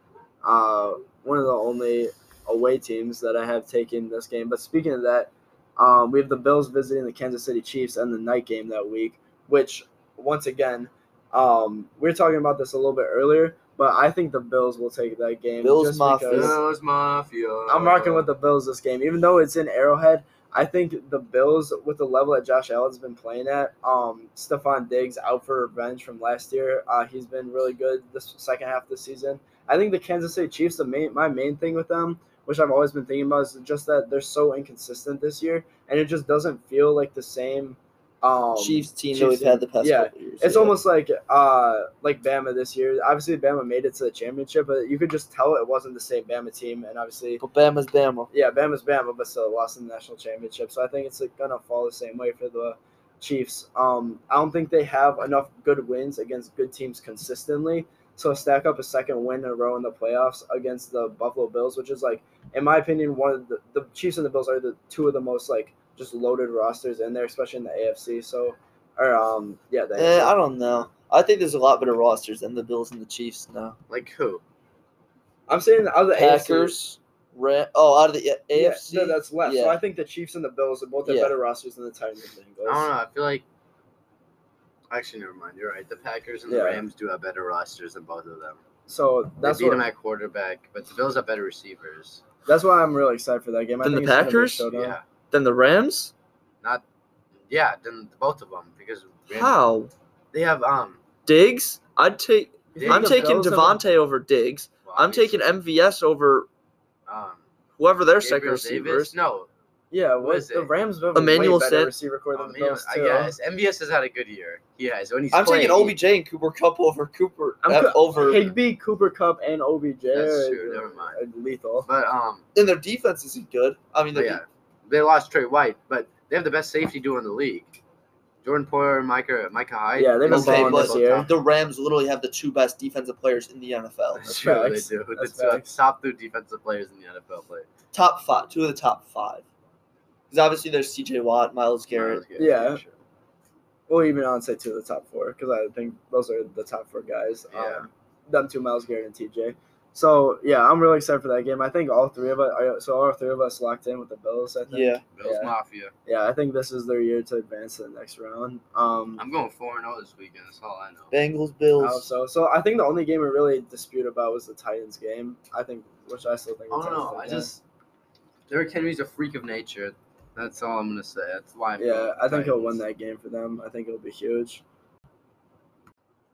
Speaker 1: Uh, one of the only away teams that I have taken this game. But speaking of that, um, we have the Bills visiting the Kansas City Chiefs and the night game that week, which once again, um, we were talking about this a little bit earlier, but I think the Bills will take that game.
Speaker 2: Bills
Speaker 1: just
Speaker 2: Mafia.
Speaker 1: because-
Speaker 3: Bills Mafia.
Speaker 1: I'm rocking with the Bills this game, even though it's in Arrowhead. I think the Bills, with the level that Josh Allen's been playing at, um, Stephon Diggs out for revenge from last year. Uh, he's been really good this second half of the season. I think the Kansas City Chiefs, the main, my main thing with them, which I've always been thinking about, is just that they're so inconsistent this year, and it just doesn't feel like the same. Um,
Speaker 2: Chiefs team that
Speaker 1: Chiefs
Speaker 2: we've
Speaker 1: team.
Speaker 2: had the past
Speaker 1: Yeah.
Speaker 2: couple years.
Speaker 1: it's
Speaker 2: yeah.
Speaker 1: almost like uh like Bama this year. Obviously, Bama made it to the championship, but you could just tell it wasn't the same Bama team, and obviously
Speaker 2: but Bama's Bama.
Speaker 1: yeah, Bama's Bama, but still lost in the national championship. So I think it's like, gonna fall the same way for the Chiefs. Um, I don't think they have enough good wins against good teams consistently. So stack up a second win in a row in the playoffs against the Buffalo Bills, which is like, in my opinion, one of the, the Chiefs and the Bills are the two of the most like just loaded rosters in there, especially in the AFC. So, or um, yeah, the
Speaker 2: Eh,
Speaker 1: AFC.
Speaker 2: I don't know. I think there's a lot better rosters than the Bills and the Chiefs now.
Speaker 3: like who?
Speaker 1: I'm saying out of the AFC,
Speaker 2: Packers, Ram- oh, out of the
Speaker 1: yeah,
Speaker 2: AFC.
Speaker 1: no, that's left. So
Speaker 2: Yeah.
Speaker 1: I think the Chiefs and the Bills are both have
Speaker 2: Yeah.
Speaker 1: better rosters than the Titans and Bengals.
Speaker 3: I don't know. I feel like. Actually, never mind. You're right. The Packers and
Speaker 1: Yeah.
Speaker 3: the Rams do have better rosters than both of them.
Speaker 1: So that's
Speaker 3: they beat
Speaker 1: what,
Speaker 3: them at quarterback, but the Bills have better receivers.
Speaker 1: That's why I'm really excited for that game. I
Speaker 2: Than the
Speaker 1: think it's gonna be a
Speaker 2: Packers?
Speaker 1: showdown.
Speaker 3: Yeah,
Speaker 2: Then the Rams.
Speaker 3: not. Yeah, then both of them because Rams-
Speaker 2: How
Speaker 3: they have um.
Speaker 2: Diggs? I'd take.
Speaker 1: You
Speaker 2: I'm
Speaker 1: think the
Speaker 2: taking
Speaker 1: Bills have a-
Speaker 2: Devontae over Diggs.
Speaker 3: well,
Speaker 2: I'm taking MVS over
Speaker 3: um.
Speaker 2: whoever their second
Speaker 3: Gabriel
Speaker 2: receivers.
Speaker 3: Davis. No,
Speaker 1: Yeah, what
Speaker 3: is
Speaker 1: the
Speaker 3: it?
Speaker 1: Rams have a way
Speaker 2: Emmanuel
Speaker 1: better
Speaker 2: said-
Speaker 1: receiver core than
Speaker 3: um,
Speaker 1: the
Speaker 3: yeah,
Speaker 1: Bills
Speaker 3: I
Speaker 1: too.
Speaker 3: guess MVS has had a good year. He has. When he's
Speaker 2: I'm
Speaker 3: playing,
Speaker 2: taking OBJ and Cooper Cup over Cooper
Speaker 1: I'm
Speaker 2: uh,
Speaker 1: co-
Speaker 2: over,
Speaker 1: Higby, Cooper Cup, and OBJ
Speaker 3: That's
Speaker 1: are,
Speaker 3: true, never mind.
Speaker 1: are lethal.
Speaker 3: But um,
Speaker 2: and their defense isn't good. I mean,
Speaker 3: but
Speaker 2: their
Speaker 3: yeah, they lost Trey White, but they have the best safety duo in the league. Jordan Poyer and Micah Micah Hyde.
Speaker 1: Yeah, they've been
Speaker 2: Okay,
Speaker 1: balling this
Speaker 2: but-
Speaker 1: year.
Speaker 2: The Rams literally have the two best defensive players in the NFL.
Speaker 1: That's
Speaker 3: Sure, they
Speaker 1: facts.
Speaker 3: do.
Speaker 1: That's
Speaker 3: It's like
Speaker 1: facts.
Speaker 3: top three defensive players in the NFL play.
Speaker 2: Top five, two of the top five. Because obviously there's C.J. Watt, Miles Garrett.
Speaker 1: Yeah. Well, even on say two of the top four because I think those are the top four guys.
Speaker 3: Yeah.
Speaker 1: Um, them two, Miles Garrett and TJ. So yeah, I'm really excited for that game. I think all three of us. are- So all three of us locked in with the Bills. I think.
Speaker 2: Yeah,
Speaker 3: Bills
Speaker 1: Yeah.
Speaker 3: Mafia.
Speaker 1: Yeah, I think this is their year to advance to the next round. Um,
Speaker 3: I'm going four and zero this weekend. That's all I know.
Speaker 2: Bengals,
Speaker 1: I hope
Speaker 2: Bills.
Speaker 1: so so I think the only game we really dispute about was the Titans game. I think, which I still think. the
Speaker 3: Oh
Speaker 1: Titans
Speaker 3: no,
Speaker 1: did
Speaker 3: I
Speaker 1: that.
Speaker 3: just Derrick Henry's a freak of nature. That's all I'm gonna say. That's why. I'm
Speaker 1: Yeah,
Speaker 3: going
Speaker 1: I think he'll win
Speaker 3: Titans.
Speaker 1: that game for them. I think it'll be huge.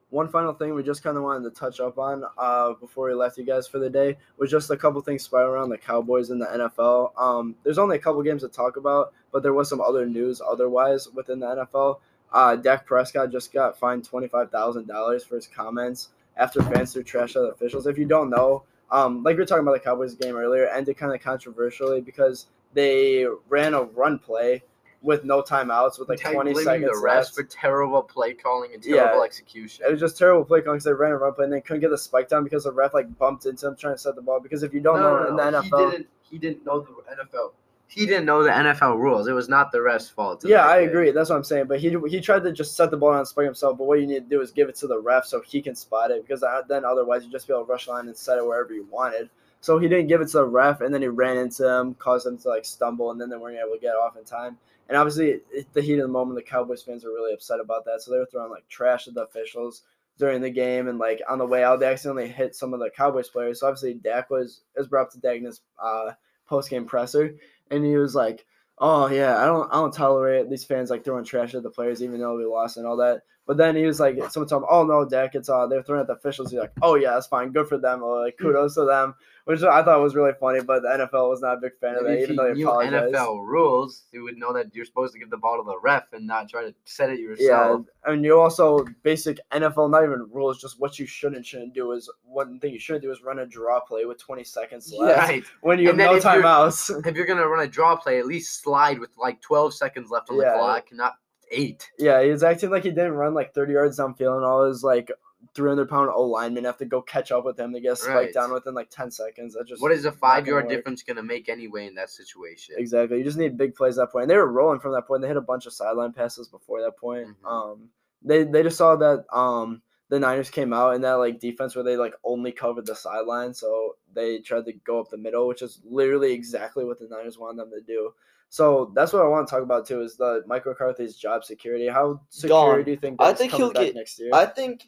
Speaker 1: One final thing we just kind of wanted to touch up on uh, before we left you guys for the day was just a couple things spiral around the Cowboys in the NFL. Um, there's only a couple games to talk about, but there was some other news otherwise within the NFL. Uh, Dak Prescott just got fined twenty five thousand dollars for his comments after fans threw trash at officials. If you don't know, um, like we were talking about the Cowboys game earlier, ended kind of controversially because they ran a run play with no timeouts with like
Speaker 3: Dak
Speaker 1: twenty
Speaker 3: blaming
Speaker 1: seconds
Speaker 3: the refs
Speaker 1: left.
Speaker 3: for terrible play calling and
Speaker 1: Yeah.
Speaker 3: terrible
Speaker 1: It
Speaker 3: execution.
Speaker 1: was just terrible play calling because they ran a run play and then couldn't get the spike down because the ref like bumped into him trying to set the ball. Because if you don't know in the
Speaker 3: he
Speaker 1: NFL,
Speaker 3: didn't. He didn't know the NFL. He didn't know the NFL rules. It was not the ref's fault.
Speaker 1: Yeah, I
Speaker 3: Okay.
Speaker 1: agree. That's what I'm saying. But he he tried to just set the ball on spike himself. But what you need to do is give it to the ref so he can spot it because uh, then otherwise you just be able to rush line and set it wherever you wanted. So he didn't give it to the ref, and then he ran into him, caused him to like stumble, and then they weren't able to get off in time. And obviously, it, the heat of the moment, the Cowboys fans were really upset about that. So they were throwing like trash at the officials during the game, and like on the way out, they accidentally hit some of the Cowboys players. So obviously, Dak was it was brought up to Dak in his uh, post game presser, and he was like, oh yeah, I don't I don't tolerate these fans like throwing trash at the players even though we lost and all that. But then he was like, someone told him, "Oh no, Dak, it's uh they're throwing at the officials." He's like, "Oh yeah, that's fine, good for them, or, like kudos to them," which I thought was really funny. But the NFL was not a big fan of
Speaker 3: Maybe
Speaker 1: that,
Speaker 3: if
Speaker 1: even
Speaker 3: he
Speaker 1: though he
Speaker 3: knew
Speaker 1: apologized.
Speaker 3: NFL rules, he would know that you're supposed to give the ball to the ref and not try to set it
Speaker 1: Yeah,
Speaker 3: yourself.
Speaker 1: I mean, you also basic NFL, not even rules, just what you should and shouldn't do is one thing you shouldn't do is run a draw play with 20 seconds left
Speaker 3: Right.
Speaker 1: when you have
Speaker 3: And then
Speaker 1: no
Speaker 3: if you're-
Speaker 1: timeouts.
Speaker 3: If you're gonna run a draw play, at least slide with like 12 seconds left on
Speaker 1: Yeah.
Speaker 3: the clock, not eight.
Speaker 1: Yeah, he was acting like he didn't run like 30 yards downfield, and all his like 300 pound O linemen have to go catch up with him to get a spike
Speaker 3: Right.
Speaker 1: down within like 10 seconds. That just
Speaker 3: What is a
Speaker 1: gonna
Speaker 3: five yard
Speaker 1: work.
Speaker 3: difference gonna make anyway in that situation?
Speaker 1: exactly you just need big plays at that point. And they were rolling from that point. They hit a bunch of sideline passes before that point.
Speaker 2: Mm-hmm.
Speaker 3: Mhm.
Speaker 1: Um, they they just saw that um the Niners came out in that like defense where they like only covered the sideline, so they tried to go up the middle, which is literally exactly what the Niners wanted them to do. So that's what I want to talk about too is the Mike McCarthy's job security. How secure
Speaker 2: Gone.
Speaker 1: do you think?
Speaker 2: I
Speaker 1: that's
Speaker 2: think
Speaker 1: coming
Speaker 2: he'll
Speaker 1: back
Speaker 2: get-
Speaker 1: next year.
Speaker 2: I think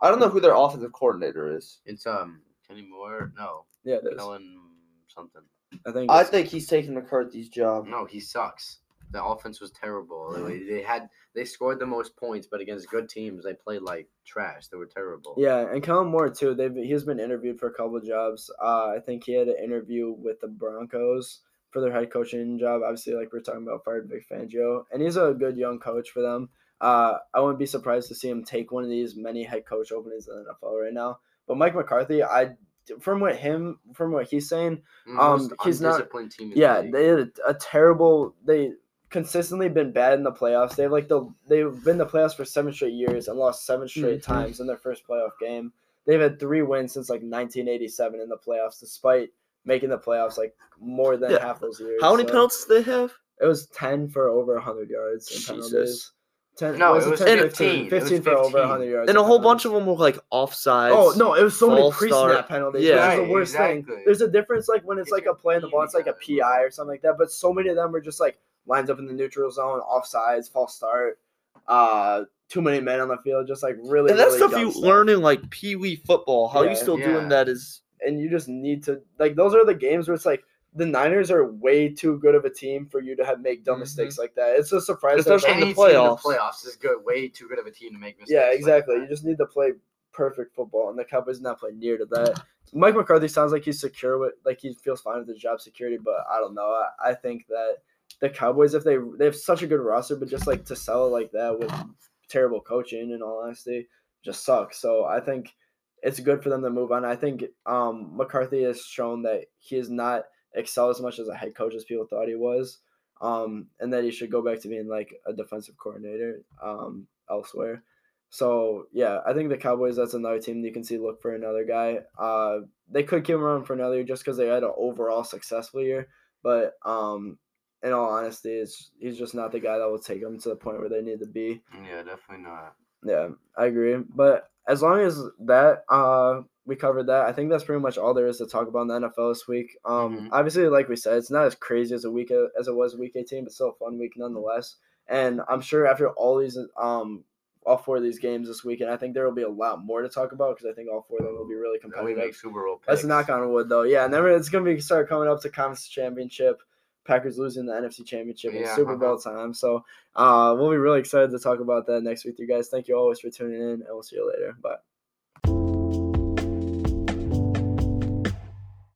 Speaker 2: I don't know who their offensive coordinator is.
Speaker 3: It's um Kenny Moore. No,
Speaker 1: yeah, it is.
Speaker 3: Kellen something.
Speaker 1: I think.
Speaker 2: I
Speaker 1: it's-
Speaker 2: think he's taking McCarthy's job.
Speaker 3: No, he sucks. The offense was terrible. They- They had they scored the most points, but against good teams, they played like trash. They were terrible.
Speaker 1: Yeah, and Kellen Moore too. They've he's been interviewed for a couple of jobs. Uh, I think he had an interview with the Broncos for their head coaching job. Obviously, like we're talking about, fired Vic Fangio, and he's a good young coach for them. Uh, I wouldn't be surprised to see him take one of these many head coach openings in the NFL right now. But Mike McCarthy, I from what him from what he's saying,
Speaker 3: The
Speaker 1: Um,
Speaker 3: Mm, most
Speaker 1: he's not-
Speaker 3: undisciplined team. in the
Speaker 1: yeah,
Speaker 3: league.
Speaker 1: they had a, a terrible. They consistently been bad in the playoffs. They've like the they've been in the playoffs for seven straight years and lost seven straight
Speaker 2: Mhm.
Speaker 1: times in their first playoff game. They've had three wins since like 1987 in the playoffs, despite making the playoffs like more than
Speaker 2: Yeah.
Speaker 1: half those years.
Speaker 2: How many
Speaker 1: so-
Speaker 2: penalties do they have?
Speaker 1: It was 10 for over 100 yards. In penalties.
Speaker 2: Jesus.
Speaker 1: 10,
Speaker 3: No, it was
Speaker 1: 15,
Speaker 3: 15. It was
Speaker 1: for over
Speaker 3: 15.
Speaker 1: 100 yards.
Speaker 2: And
Speaker 1: in
Speaker 2: a whole bunch
Speaker 1: penalties.
Speaker 2: of them were like offsides.
Speaker 1: Oh no! It was so many
Speaker 2: false
Speaker 1: pre-snap
Speaker 2: start.
Speaker 1: penalties.
Speaker 2: Yeah.
Speaker 1: Yeah, that's the
Speaker 3: Right,
Speaker 1: worst thing.
Speaker 3: exactly.
Speaker 1: There's a difference like when it's
Speaker 3: Get
Speaker 1: like a
Speaker 3: your
Speaker 1: play in the ball,
Speaker 3: feet
Speaker 1: it's like a
Speaker 3: out of the
Speaker 1: PI or something like that. But so many of them are just like lines up in the neutral zone, offsides, false start, uh, too many men on the field, just like really.
Speaker 2: And that's
Speaker 1: really
Speaker 2: stuff
Speaker 1: dumb
Speaker 2: you learn in like Pee Wee football. How
Speaker 1: Yeah.
Speaker 2: you still
Speaker 3: Yeah.
Speaker 2: doing that is
Speaker 1: and you just need to like those are the games where it's like the Niners are way too good of a team for you to have make dumb
Speaker 3: Mhm.
Speaker 1: mistakes like that. It's a surprise. that
Speaker 2: Especially
Speaker 1: that-
Speaker 2: in
Speaker 3: Any
Speaker 2: the
Speaker 3: team in the
Speaker 2: playoffs.
Speaker 3: playoffs is good. Way too good of a team to make mistakes.
Speaker 1: Yeah,
Speaker 3: like
Speaker 1: exactly.
Speaker 3: that.
Speaker 1: you just need to play perfect football, and the Cowboys not play near to that. Mike McCarthy sounds like he's secure with, like he feels fine with the job security, but I don't know. I, I think that the Cowboys, if they they have such a good roster, but just like to sell it like that with terrible coaching, in all honesty, just sucks. So I think it's good for them to move on. I think um, McCarthy has shown that he has not excelled as much as a head coach as people thought he was. um, and that he should go back to being like a defensive coordinator um, elsewhere. So yeah, I think the Cowboys. That's another team you can see look for another guy. Uh, they could keep him around for another year just because they had an overall successful year. But um, in all honesty, it's, he's just not the guy that will take them to the point where they need to be.
Speaker 3: Yeah, definitely not.
Speaker 1: Yeah, I agree. But as long as that uh we covered that, I think that's pretty much all there is to talk about in the NFL this week. Um
Speaker 3: Mhm.
Speaker 1: obviously like we said, it's not as crazy as a week as it was week 18, but still a fun week nonetheless. And I'm sure after all these um all four of these games this weekend, I think there will be a lot more to talk about because I think all four of them will be really
Speaker 3: Then Oh, we
Speaker 1: competitive.
Speaker 3: make Super Bowl.
Speaker 1: Let's
Speaker 3: picks.
Speaker 1: knock on wood though. Yeah, and then it's gonna be start coming up to conference championship. Packers losing the NFC Championship and
Speaker 3: Yeah,
Speaker 1: Super Bowl time. So uh, we'll be really excited to talk about that next week, you guys. Thank you always for tuning in, and we'll see you later. Bye.